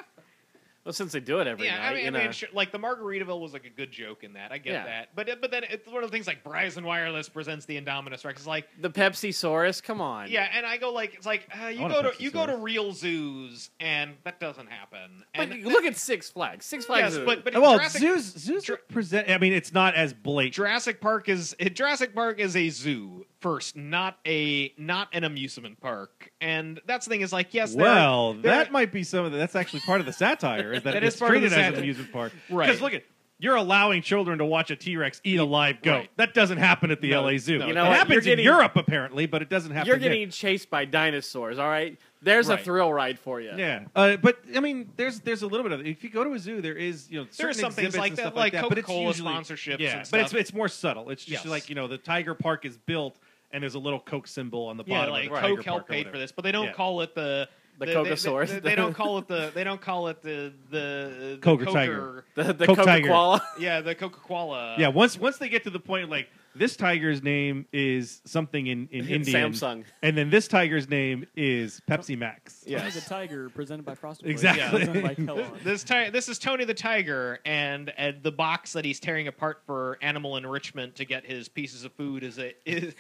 A: Well, since they do it every
C: yeah,
A: night,
C: I mean,
A: you
C: I
A: know.
C: mean, sure, like the Margaritaville was like a good joke in that. I get
A: Yeah.
C: that, but it- but then it's one of the things like Bryson Wireless presents the Indominus Rex. It's like
A: the Pepsi Saurus, come on.
C: yeah, and I go like it's like uh, you
F: want
C: go
F: a
C: to
F: Pepsi
C: you go to
F: source.
C: real zoos and that doesn't happen.
A: But
C: and
A: you look at Six Flags. Six Flags.
C: yes,
A: is-
C: but but
F: well,
C: Jurassic,
F: zoos zoos
C: Jur-
F: present. I mean, it's not as blatant.
C: Jurassic Park is eh, Jurassic Park is a zoo first, not a not an amusement park, and that's the thing is like yes, there are-
F: Well,
C: there
F: that
C: are-
F: might be some of the, that's actually part of the satire is that,
C: That
F: it's
C: is part of the
F: treated as an
C: satire.
F: amusement park.
C: Right.
F: Because look at you're allowing children to watch a T Rex eat a live goat.
C: Right.
F: That doesn't happen at the
C: No,
F: LA Zoo.
C: no,
A: You
F: it
A: know what?
F: happens
A: You're getting-
F: in Europe apparently, but it doesn't happen.
A: you're
F: here.
A: getting chased by dinosaurs. All right, there's a
C: Right.
A: thrill ride for you.
F: yeah. Uh, but I mean, there's there's a little bit of if you go to a zoo, there is you know
C: There are
F: certain
C: some things
F: exhibits
C: like
F: and
C: that,
F: stuff
C: like
F: like, that, but it's
C: Coca-Cola
F: usually
C: sponsorships
F: Yeah,
C: and
F: but it's
C: stuff.
F: it's more subtle. It's just
C: Yes.
F: like you know the Tiger Park is built and there's a little Coke symbol on the
C: yeah,
F: bottom.
C: like
F: of the Tiger
C: Coke
F: Park
C: helped
F: or
C: paid
F: whatever.
C: for this, but they don't
F: Yeah.
C: call it the.
A: The
C: they-
A: Coca-Saurus.
C: They, they, they don't call it the. They don't call it the the, the
F: Coke or
C: Coker-
F: Tiger.
A: The, the
F: Coke
A: Coca
F: Tiger.
A: Cola.
C: Yeah, the Coca Cola.
F: yeah, once once they get to the point like this tiger's name is something in in Indian,
A: Samsung.
F: and then this tiger's name is Pepsi Max.
G: Tony
C: Yes.
G: the Tiger presented by Frosted Flakes,
F: Exactly.
G: presented by Kellogg.
C: This ti- this is Tony the Tiger, and, and the box that he's tearing apart for animal enrichment to get his pieces of food is a is,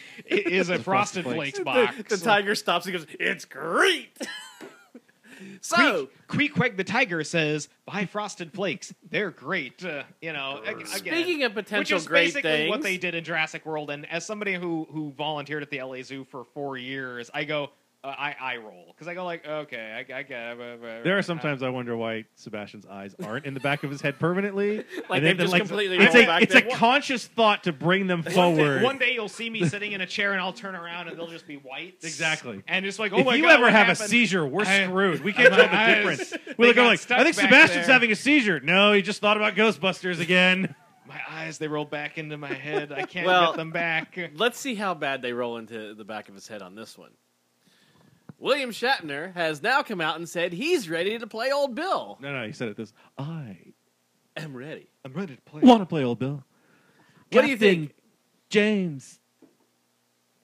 C: is a Frosted Flakes box.
A: The, the tiger stops and goes, "It's great." so
C: Queequeg the Tiger says, "Buy Frosted Flakes. They're great." Uh, you know, ag- again,
A: Speaking of potential
C: which is
A: great
C: basically what
A: things.
C: they did in Jurassic World. And as somebody who who volunteered at the LA Zoo for four years, I go, uh, I I roll because I go like, okay, I, I get. it, but- but-
F: There
C: uh,
F: are sometimes I wonder why Sebastian's eyes aren't in the back of his head permanently. And then,
A: they've just completely
F: It's
A: rolled
F: a,
A: back
F: it's
A: there.
F: a conscious thought to bring them
C: One day-
F: forward.
C: One day you'll see me sitting in a chair and I'll turn around and they'll just be white.
F: Exactly.
C: And just like, oh my
F: if you
C: God,
F: ever
C: what
F: have a
C: happened?
F: seizure, we're
C: I-
F: screwed. We can't
C: my
F: tell the
C: eyes-
F: difference.
C: they
F: We look
C: got
F: at like,
C: stuck
F: I think
C: back
F: Sebastian's
C: there."
F: having a seizure. No, he just thought about Ghostbusters again.
C: My eyes, they roll back into my head. I can't
A: Well-
C: get them back.
A: Let's see how bad they roll into the back of his head on this one. William Shatner has now come out and said he's ready to play Old Bill.
F: No, no, he said it this. I
A: I'm ready.
C: I'm ready to play.
F: want to play old Bill.
A: What do you
F: Captain
A: think?
F: James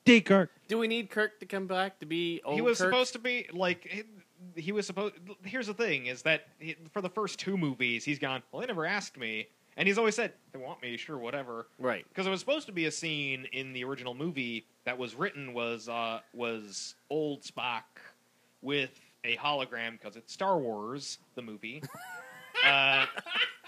F: Descartes.
A: Do we need Kirk to come back to be old?
C: he was
A: Kirk?
C: supposed to be like he- he was supposed here's the thing is that he, for the first two movies he's gone well they never asked me and he's always said they want me sure whatever
A: right.
C: because it was supposed to be a scene in the original movie that was written was uh was old spock with a hologram because it's star wars the movie uh,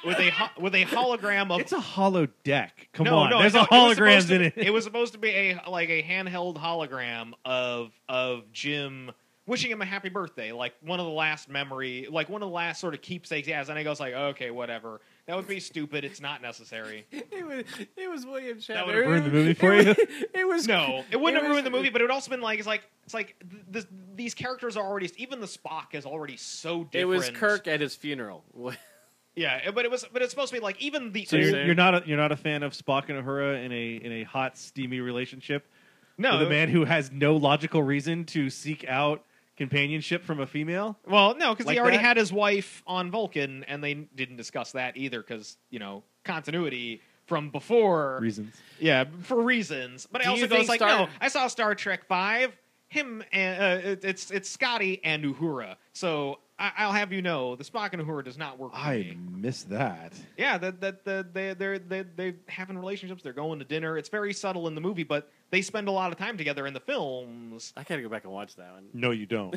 C: with a ho- with a hologram of
F: It's a hollow deck. Come
C: Oh. no,
F: on,
C: no,
F: there's
C: no,
F: a
C: was supposed
F: holograms
C: to
F: in
C: be-
F: it.
C: It was supposed to be a like a handheld hologram of of Jim wishing him a happy birthday, like one of the last memory, like one of the last sort of keepsakes he has. And I goes like, okay, whatever. That would be stupid. It's not necessary.
A: It was, it was William Shatner.
C: That would've
F: ruined the movie for you?
A: It was
C: No, it wouldn't
A: It
C: have
A: was-
C: ruined the movie, but it would also been like it's like it's like th- this, these characters are already even the Spock is already so different.
A: It was Kirk at his funeral.
C: Yeah, it- but it was but it's supposed to be like even the
F: So
A: You're
F: you're,
A: saying-
F: you're not a, you're not a fan of Spock and Uhura in a in a hot steamy relationship
C: no
F: with a man who has no logical reason to seek out companionship from a female.
C: Well, no, because
F: Like
C: he already
F: that?
C: had his wife on Vulcan, and they didn't discuss that either, because you know continuity from before.
F: Reasons.
C: Yeah, for reasons. But
A: Do
C: I also
A: you
C: goes
A: think
C: like,
A: Star-
C: no, I saw Star Trek Five. Him and uh, it- it's it's Scotty and Uhura. So I, I'll have you know, the Spock and Uhura does not work. For me.
F: miss that.
C: Yeah, that that that they they're they they having relationships. They're going to dinner. It's very subtle in the movie, but they spend a lot of time together in the films.
A: I gotta go back and watch that one.
F: No, you don't.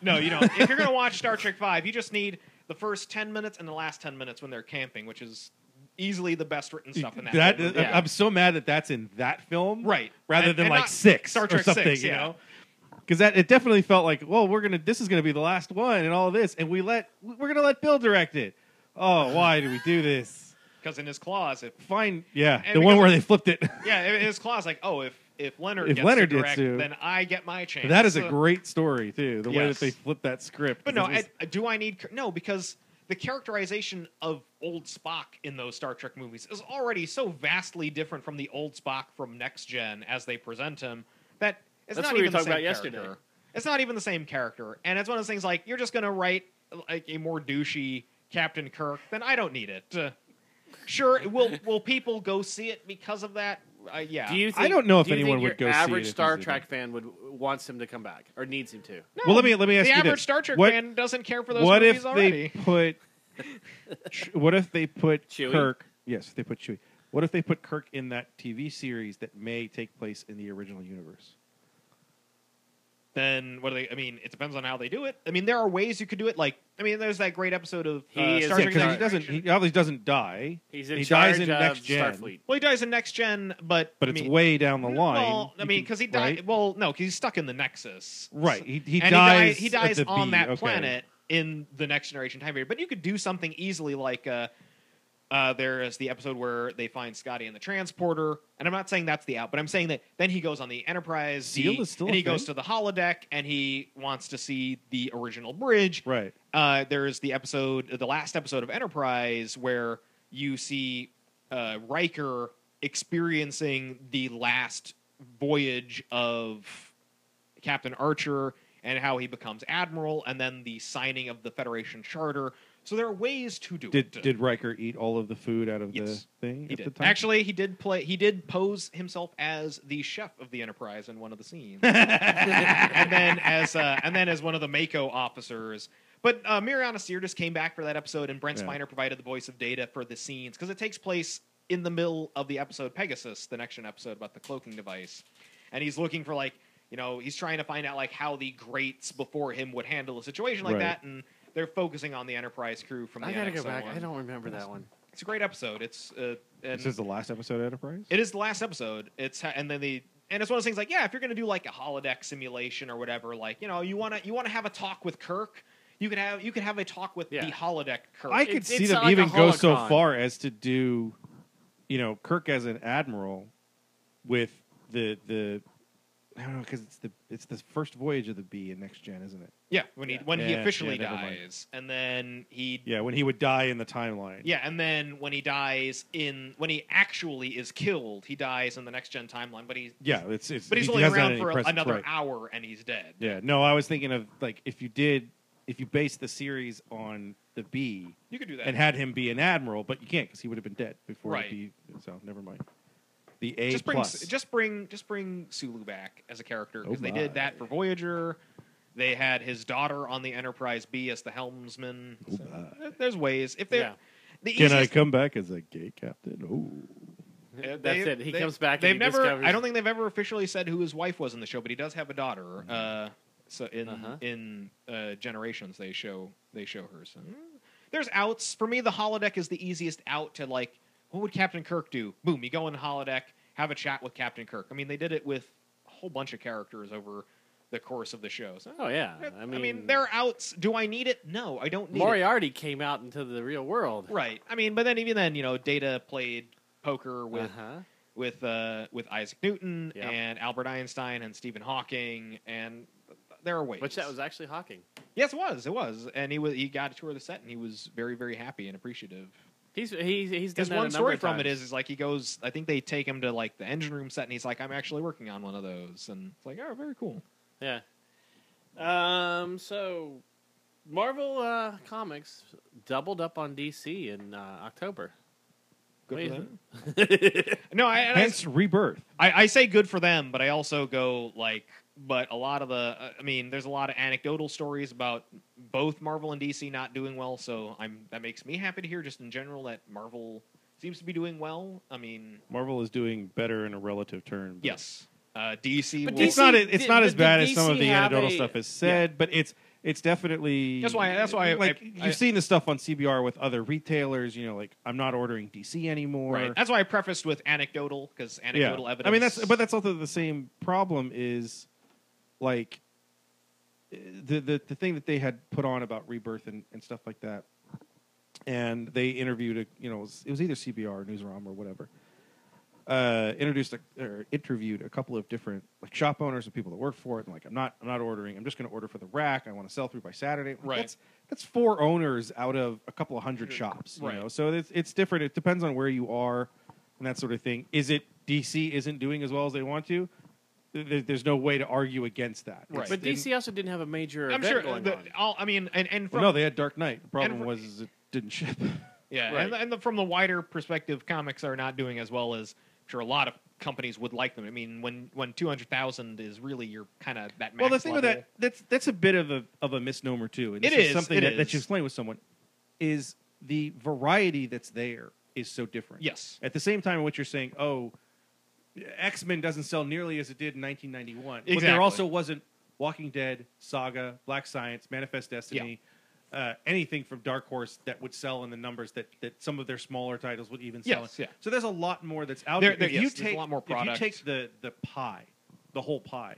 C: No, you don't. if you're gonna watch Star Trek Five, you just need the first ten minutes and the last ten minutes when they're camping, which is easily the best written stuff in that.
F: that
C: whole movie.
A: yeah.
F: I'm so mad that that's in that film,
C: right.
F: Rather
C: And-
F: than
C: and
F: like
C: not
F: six
C: Star
F: or
C: Trek
F: something,
C: Six,
F: you
C: yeah.
F: know. because that it definitely felt like, well, we're gonna this is gonna be the last one and all this, and we let we're gonna let Bill direct it. Oh, why do we do this?
C: Because in his clause, if
F: Fine, yeah,
C: And
F: the one
C: because-
F: where they flipped it.
C: yeah, in his clause, like oh, if if Leonard
F: If
C: gets
F: Leonard
C: to
F: gets
C: direct,
F: to-
C: then I get my chance.
F: that is a
C: So-
F: great story too. The way that
C: Yes.
F: they flipped that script.
C: But no,
F: 'cause it was-
C: I, do I need no? Because the characterization of old Spock in those Star Trek movies is already so vastly different from the old Spock from Next Gen as they present him that it's
A: That's
C: not
A: what we
C: even
A: were
C: the
A: talking
C: same
A: about yesterday.
C: character. It's not even the same character, and it's one of those things like you're just gonna write like a more douchey Captain Kirk. Then I don't need it. Uh, sure, will will people go see it because of that? Uh, yeah.
A: Do you?
F: I
A: Think,
F: don't know if
A: do you
F: anyone
A: think
F: would go
A: your
F: see it
A: average
F: if he
A: Star
F: did
A: Trek fan would wants him to come back or needs him to.
F: well, let me let me ask
C: the
F: you
C: average
F: this.
C: Star Trek
F: What-
C: fan doesn't care for those
F: what
C: movies
F: if
C: already.
F: they put? Ch- what if they put
A: Chewie?
F: Kirk? Yes, they put Chewie. What if they put Kirk in that TV series that may take place in the original universe?
C: then what do they? I mean, it depends on how they do it. I mean, there are ways you could do it. Like, I mean, there's that great episode of
A: He
C: uh,
A: is
C: Star
A: in
F: Yeah, 'cause
C: Trek.
F: he
A: charge.
F: doesn't. He obviously doesn't die.
A: He's in
F: he
A: charge
F: dies in
A: of
F: next gen,
A: Starfleet.
C: well, he dies in Next Gen, but
F: but
C: I
F: it's
C: mean,
F: way down the line.
C: Well, I
F: You
C: mean,
F: can-
C: because he died.
F: right?
C: Well, no, 'cause he's stuck in the Nexus.
F: Right. He- he
C: And
F: dies
C: He
F: at
C: dies,
F: the
C: on
F: B,
C: that
F: okay.
C: planet in the Next Generation time period. But you could do something easily like. Uh, uh, there is the episode where they find Scotty in the transporter, and I'm not saying that's the out, but I'm saying that then he goes on the Enterprise
F: Zeal
C: D,
F: is still
C: and
F: a
C: he goes
F: thing?
C: to the holodeck, and he wants to see the original bridge,
F: Right.
C: uh, there's the episode, the last episode of Enterprise, where you see uh, Riker experiencing the last voyage of Captain Archer and how he becomes admiral, and then the signing of the Federation Charter. So there are ways to do
F: Did
C: it.
F: did Riker eat all of the food out of
C: Yes.
F: the thing
C: he
F: at the
C: did.
F: time?
C: Actually, he did play. He did pose himself as the chef of the Enterprise in one of the scenes, and then as uh, and then as one of the Mako officers. But uh, Miriana Sirtis came back for that episode, and Brent
F: Yeah.
C: Spiner provided the voice of Data for the scenes because it takes place in the middle of the episode Pegasus, the next gen episode about the cloaking device, and he's looking for like you know he's trying to find out like how the greats before him would handle a situation like
F: Right.
C: that, and they're focusing on the Enterprise crew from the
A: I gotta go
C: NX-01.
A: back. I don't remember that one.
C: It's a great episode. It's uh, and
F: this is the last episode of Enterprise.
C: it is the last episode. It's ha- and then the and it's one of those things like yeah, if you're gonna do like a holodeck simulation or whatever, like you know you wanna you wanna have a talk with Kirk, you could have you could have a talk with
A: Yeah.
C: the holodeck Kirk.
F: I
A: It-
F: could
A: it's
F: see them
A: like a
F: even go so
A: holocron.
F: far as to do, you know, Kirk as an admiral with the the. I don't know because it's the it's the first voyage of the B in next gen, isn't it?
C: yeah, when he when he
F: Yeah,
C: officially
F: yeah, never mind.
C: dies, and then he yeah.
F: Yeah, when he would die in the timeline.
C: and then when he dies in when he actually is killed, he dies in the next gen timeline. But he
F: yeah, it's it's.
C: but he's
F: he
C: only
F: hasn't had
C: around
F: any
C: for
F: presence,
C: another
F: right.
C: hour and he's dead.
F: Yeah, no, I was thinking of like if you did if you based the series on the B
C: You could do that.
F: and had him be an admiral, but you can't because he would have been dead before
C: Right.
F: the B. So never mind. The A
C: just bring
F: plus.
C: just bring just bring Sulu back as a character because
F: Oh
C: they
F: my.
C: did that for Voyager. They had his daughter on the Enterprise B as the helmsman. So, there- there's ways if they
A: Yeah.
C: are the
F: uh, Can I
C: easiest-
F: come back as a gay captain? Oh,
C: uh,
A: That's
C: they-
A: it. He
C: they-
A: comes back.
C: They've
A: and he
C: never.
A: Discovers,
C: I don't think they've ever officially said who his wife was in the show, but he does have a daughter. Uh, so in
A: Mm-hmm. Uh-huh.
C: in uh, generations, they show they show her. So mm. there's outs for me. The holodeck is the easiest out to like. What would Captain Kirk do? Boom! You go in the holodeck, have a chat with Captain Kirk. I mean, they did it with a whole bunch of characters over the course of the show. So,
A: Oh yeah.
C: I mean, there are outs. Do I need it? No, I don't need it.
A: Moriarty came out into the real world.
C: Right. I mean, but then even then, you know, Data played poker with
A: Uh-huh.
C: with uh, with Isaac Newton
A: Yeah.
C: and Albert Einstein and Stephen Hawking, and there are ways.
A: Which that was uh, actually Hawking.
C: yes, it was, it was, and he was he got a tour of the set, and he was very very happy and appreciative.
A: He's he's he's done
C: His
A: that a
C: one
A: number
C: story
A: of
C: from it
A: times.
C: is is like he goes, I think they take him to like the engine room set, and he's like, I'm actually working on one of those, and it's like, oh, very cool.
A: Yeah. Um. So, Marvel uh, Comics doubled up on DC in uh, October.
C: Good
A: Wait,
C: for them. No, I, and I-
F: hence rebirth.
C: I, I say good for them, but I also go like, but a lot of the, uh, I mean, there's a lot of anecdotal stories about both Marvel and DC not doing well. So I'm that makes me happy to hear, just in general, that Marvel seems to be doing well. I mean,
F: Marvel is doing better in a relative term. but-
C: yes, uh, DC.
A: But
C: will-
F: it's
A: DC
F: not it's
A: did-
F: not
A: did-
F: as bad
A: did
F: as some of
A: DC
F: the
A: have
F: anecdotal
A: a-
F: stuff has said, but it's it's definitely
C: That's why- that's why I-
F: like
C: I-
F: you've
C: I-
F: seen the stuff on CBR with other retailers. You know, like I'm not ordering DC anymore.
C: right. That's why I prefaced with anecdotal because anecdotal evidence.
F: I mean, that's but that's also the same problem is like the, the the thing that they had put on about rebirth and, and stuff like that, and they interviewed a you know it was, it was either CBR or Newsrom or whatever. Uh, introduced a, or interviewed a couple of different like shop owners and people that work for it, and like I'm not I'm not ordering. I'm just going to order for the rack. I want to sell through by Saturday. Like,
C: Right.
F: That's that's four owners out of a couple of hundred shops. You
C: Right.
F: know, so it's it's different. It depends on where you are and that sort of thing. Is it DC isn't doing as well as they want to? There, there's no way to argue against that.
C: Right.
F: It's-
A: But
F: and-
A: DC also didn't have a major
C: I'm
A: event
C: sure.
A: going
C: the-
A: on.
C: all- I mean, and and
F: Well,
C: from
F: no, they had Dark Knight. The problem
C: And for-
F: was is it didn't ship.
C: Yeah,
A: Right.
C: and, and the, from the wider perspective, comics are not doing as well as I'm sure a lot of companies would like them. I mean, when when two hundred thousand is really your kind of that. Max
F: well, the thing with
C: level-
F: that that's that's a bit of a of a misnomer too. And
C: It
F: this
C: is,
F: something
C: it
F: that, that
C: is.
F: you explain with someone is the variety that's there is so different.
C: Yes.
F: At the same time, what you're saying, oh, X Men doesn't sell nearly as it did in 1991. But
C: Exactly.
F: there also wasn't Walking Dead, Saga, Black Science, Manifest Destiny. Uh, anything from Dark Horse that would sell in the numbers that, that some of their smaller titles would even sell.
C: Yes,
F: in.
C: yeah.
F: So there's a lot more that's out
C: There-
F: there.
C: there-
F: if
C: yes,
F: you
C: there's a
F: take
C: lot more
F: if you
C: product.
F: take the the pie, the whole pie,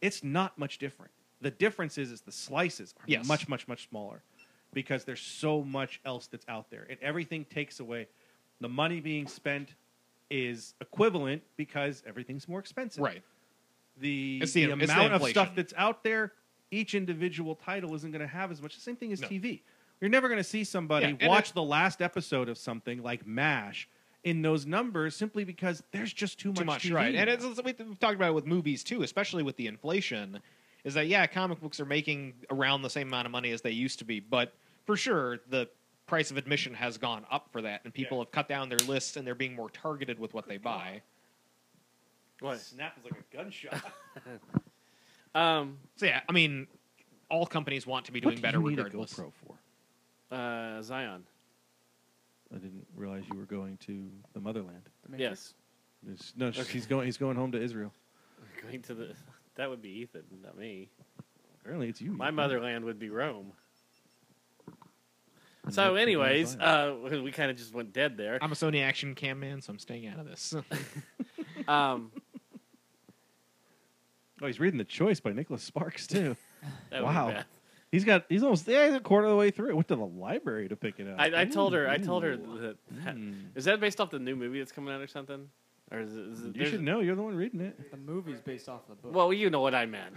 F: it's not much different. The difference is is the slices are
C: Yes.
F: much much much smaller because there's so much else that's out there and everything takes away the money being spent is equivalent because everything's more expensive.
C: right?
F: The,
C: It's the-
F: the
C: it's the
F: amount of
C: inflation.
F: stuff that's out there, each individual title isn't going to have as much. The same thing as
C: No.
F: TV. You're never going to see
C: Yeah,
F: somebody
C: and
F: watch
C: it-
F: the last episode of something like MASH in those numbers simply because there's just too much.
C: Too much,
F: TV
C: right? And
F: now.
C: it's, it's- we- we've talked about it with movies too, especially with the inflation. Is that yeah, comic books are making around the same amount of money as they used to be, but for sure the price of admission has gone up for that, and people have cut down their lists and they're being more targeted with what they buy.
A: What?
F: snap is like a gunshot.
A: Um,
C: So yeah, I mean, all companies want to be doing better
F: you need
C: regardless.
F: a GoPro for?
A: uh, Zion.
F: I didn't realize you were going to the motherland.
A: Yes.
F: It's- no, sh- he's going. He's going home to Israel.
A: Going to the. That would be Ethan, not me.
F: Apparently, it's you.
A: My
F: Ethan.
A: motherland would be Rome.
F: And
A: So,
F: that's the
A: anyways,
F: Zion.
A: uh, we kind of just went dead there.
C: I'm a Sony action cam man, so I'm staying out of this.
A: Um,
F: oh, he's reading the choice by Nicholas Sparks too.
A: that would be
F: Wow.
A: bad.
F: He's got. He's almost. Yeah, he's a quarter of the way through. it. Went to the library to pick it up.
A: I, I told her. I told her
F: Ooh.
A: that. that-
F: Mm.
A: Is that based off the new movie that's coming out or something? Or is it, is it
F: You
A: there's-
F: should know. You're the one reading it.
G: The movie's based off the book.
A: Well, you know what I meant.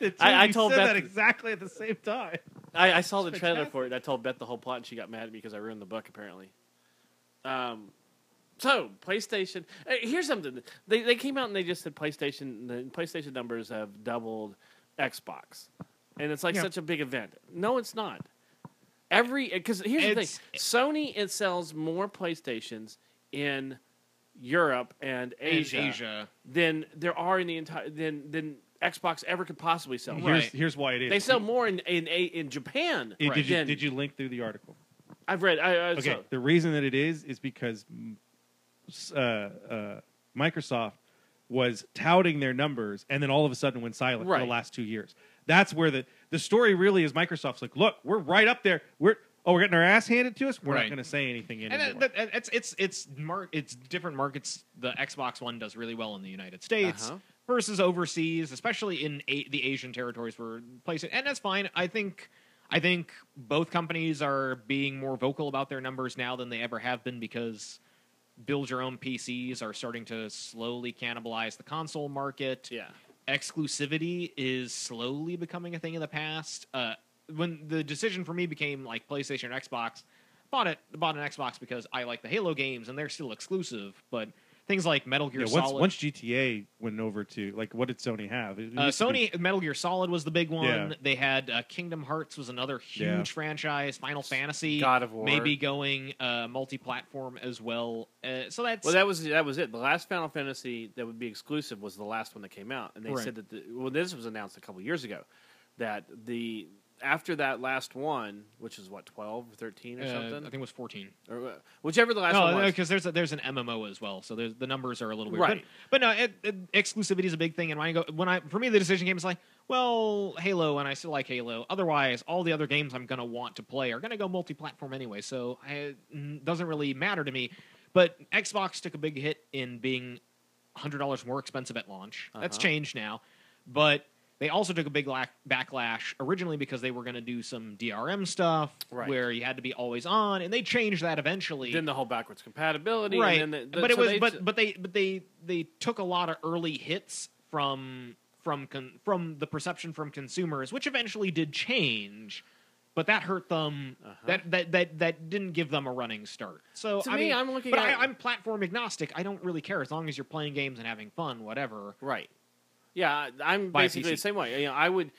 F: The two
A: I-
F: of
A: I
F: you
A: told
F: said
A: Beth-
F: that exactly at the same time.
A: I, I saw the trailer for it. and I told Beth the whole plot, and she got mad at me because I ruined the book. Apparently. Um, so PlayStation. uh, here's something. They they came out and they just said PlayStation. The PlayStation numbers have doubled Xbox, and it's like
C: Yeah.
A: such a big event. No, it's not. Every because here's
C: It's-
A: the thing. Sony it sells more PlayStations in Europe and Asia,
C: And uh, Asia.
A: than there are in the entire than than Xbox ever could possibly sell.
F: Here's,
C: Right.
F: here's why it is.
A: They sell more in in A- in Japan.
F: Did,
A: than-
F: you, did you link through the article?
A: I've read. I, I
F: Okay,
A: so-
F: the reason that it is is because mm, s- uh, uh, Microsoft was touting their numbers, and then all of a sudden went silent for
A: Right.
F: the last two years. That's where the the story really is. Microsoft's like, look, we're right up there. We're oh, we're getting our ass handed to us. We're
C: Right.
F: not going to say anything anymore.
C: And that, that, it's it's it's mar- it's different markets. The Xbox One does really well in the United States
A: Uh-huh.
C: versus overseas, especially in a- the Asian territories where place it. And that's fine. I think I think both companies are being more vocal about their numbers now than they ever have been because build your own PCs are starting to slowly cannibalize the console market.
A: yeah,
C: exclusivity is slowly becoming a thing of the past. Uh, when the decision for me became like PlayStation or Xbox, bought it bought an Xbox because I like the Halo games and they're still exclusive. But things like Metal Gear
F: Yeah, once,
C: Solid,
F: once GTA went over to like, what did Sony have? It
C: uh,
F: used to be-
C: Sony Metal Gear Solid was the big one.
F: Yeah.
C: They had uh, Kingdom Hearts was another huge
F: Yeah.
C: franchise. Final Fantasy,
A: God of War.
C: maybe going uh, multi platform as well. Uh, so that's
A: Well, that was that was it. The last Final Fantasy that would be exclusive was the last one that came out, and they
C: Right.
A: said that. The, well, this was announced a couple years ago that the after that last one, which is what twelve or thirteen or
C: uh, I
A: something,
C: think it was fourteen.
A: or, uh, whichever the last
C: No,
A: one was.
C: because there's a, there's an MMO as well, so there's, the numbers are a little weird.
A: Right.
C: But, but no, it, it, exclusivity is a big thing, and when I go when I for me the decision came is like, well, Halo, and I still like Halo. Otherwise, all the other games I'm gonna want to play are gonna go multi-platform anyway, so I- it doesn't really matter to me. But Xbox took a big hit in being hundred dollars more expensive at launch. That's
A: Uh-huh.
C: changed now, but They also took a big lack, backlash originally because they were going to do some DRM stuff
A: Right.
C: where you had to be always on, and they changed that eventually.
A: Then the whole backwards compatibility,
C: right?
A: And then the, the,
C: but it
A: so
C: was
A: they-
C: but but they but they they took a lot of early hits from from con, from the perception from consumers, which eventually did change. But that hurt them. That, that that that didn't give them a running start. So
A: Uh-huh. To
C: I
A: me,
C: mean,
A: I'm looking
C: But
A: at-
C: I, I'm platform agnostic. I don't really care as long as you're playing games and having fun, whatever.
A: Right. Yeah, I- I'm
C: Buy a
A: basically the
C: PC.
A: same way. You know, I would,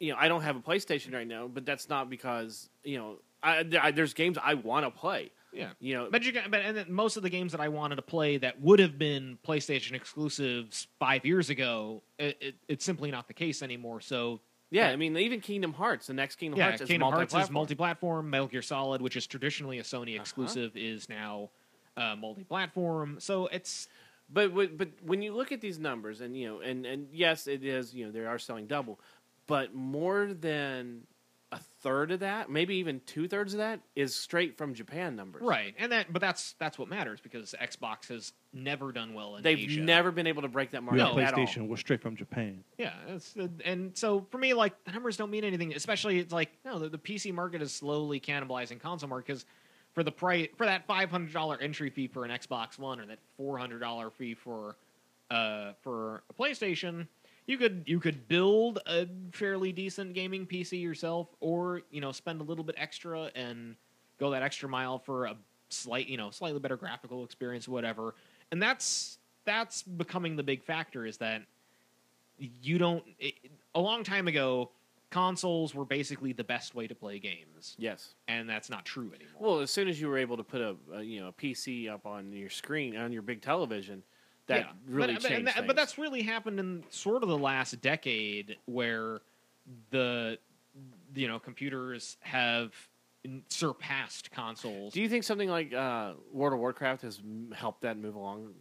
A: you know, I don't have a PlayStation right now, but that's not because you know, I, there- I there's games I want to play.
C: Yeah.
A: You know,
C: But you can, but and then most of the games that I wanted to play that would have been PlayStation exclusives five years ago, it, it, it's simply not the case anymore. So
A: yeah, I mean, even Kingdom Hearts, the next Kingdom
C: yeah,
A: Hearts, is
C: Kingdom Hearts is
A: multi-platform. Uh-huh.
C: multi-platform. Metal Gear Solid, which is traditionally a Sony exclusive, is now uh, multi-platform. So it's
A: But wh- but when you look at these numbers, and you know, and and yes, it is. You know, they are selling double, but more than a third of that, maybe even two thirds of that, is straight from Japan numbers.
C: right, and that but that's that's what matters because Xbox has never done well in
A: They've
C: Asia.
A: never been able to break that market
F: We
C: No,
F: have
A: at all.
F: PlayStation. We're straight from Japan.
C: Yeah, it's, and so for me, like the numbers don't mean anything. Especially, it's like no, the, the PC market is slowly cannibalizing console market because for the price for that five hundred dollar entry fee for an Xbox One or that four hundred dollar fee for uh for a PlayStation, you could you could build a fairly decent gaming PC yourself, or you know spend a little bit extra and go that extra mile for a slight you know slightly better graphical experience, whatever. And that's that's becoming the big factor is that you don't it, a long time ago consoles were basically the best way to play games
A: Yes.
C: and that's not true anymore
A: Well, as soon as you were able to put a, a you know a PC up on your screen on your big television, that
C: Yeah.
A: really
C: but, but- and
A: changed.
C: that-
A: things.
C: but that's really happened in sort of the last decade where the you know computers have surpassed consoles
A: Do you think something like uh, World of Warcraft has m- helped that move along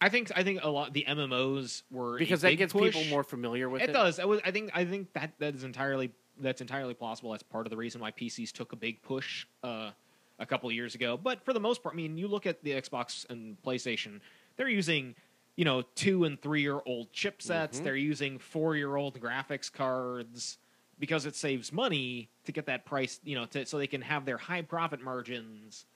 C: i think i think a lot the mmos were a
A: because that
C: big
A: gets people
C: push.
A: more familiar with
C: it,
A: it?
C: does. I, was, I think. I think that that is entirely that's entirely plausible. That's part of the reason why PCs took a big push uh, a couple of years ago. But for the most part, I mean, you look at the Xbox and PlayStation; they're using you know two and three year old chipsets.
A: Mm-hmm.
C: They're using four year old graphics cards because it saves money to get that price. You know, to, so they can have their high profit margins.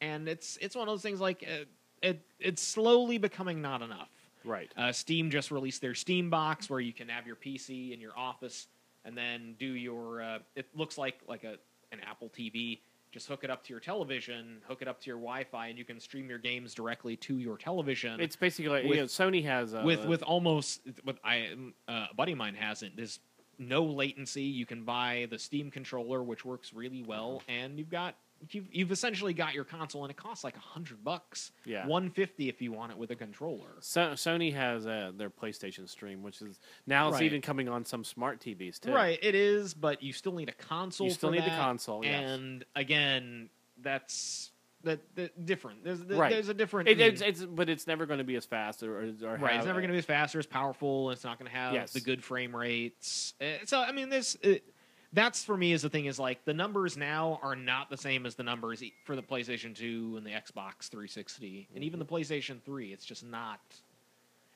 C: And it's it's one of those things like uh, it it's slowly becoming not enough.
A: Right.
C: Uh, Steam just released their Steam box where you can have your PC in your office and then do your. Uh, it looks like like a an Apple TV. Just hook it up to your television, hook it up to your Wi-Fi, and you can stream your games directly to your television.
A: It's basically like, you
C: With-
A: know, Sony has uh, a,
C: with with almost what I uh, a buddy of mine hasn't. There's no latency. You can buy the Steam controller, which works really well,
A: Mm-hmm.
C: and you've got you've you've essentially got your console, and it costs like a hundred bucks.
A: Yeah.
C: one fifty if you want it with a controller.
A: So, Sony has uh, their PlayStation Stream, which is now it's
C: Right.
A: even coming on some smart TVs too.
C: Right, it is, but you still need a console.
A: You still
C: for
A: need the
C: that,
A: console, yes.
C: and again, that's that, that different. There's there-
A: Right.
C: there's a different.
A: It, it's, it's but it's never going to be as fast or, or or
C: right,
A: have- uh,
C: it's never going to be as faster, as powerful. and It's not going to have
A: Yes.
C: the good frame rates. Uh, So I mean, this it, that's for me is the thing is like the numbers now are not the same as the numbers e- for the PlayStation Two and the Xbox 360 and even the
A: Mm-hmm.
C: PlayStation Three. It's just not.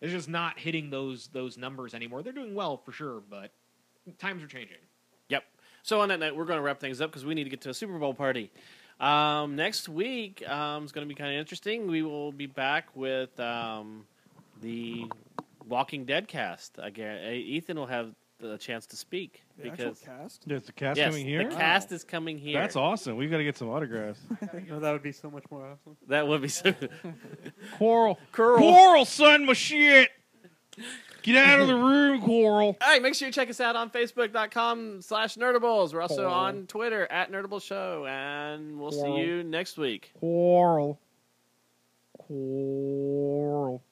C: It's just not hitting those those numbers anymore. They're doing well for sure, but times are changing.
A: Yep. So on that note, we're going to wrap things up because we need to get to a Super Bowl party. Um, next week um, is going to be kind of interesting. We will be back with um, the Walking Dead cast. Again, Uh, Ethan will have the chance to speak
G: The
A: because
G: actual cast?
F: There's the cast
A: yes,
F: coming here.
A: the cast is coming here.
F: That's awesome. We've got to get some autographs.
B: No, Oh, that would be so much more awesome.
A: That would be so.
F: Coral.
A: Coral.
F: Coral, son, my shit. Get out of the room, Coral.
A: All right, make sure you check us out on Facebook.com slash Nerdables. We're also on Twitter at Nerdable Show, and we'll see you next week.
F: Coral. Coral.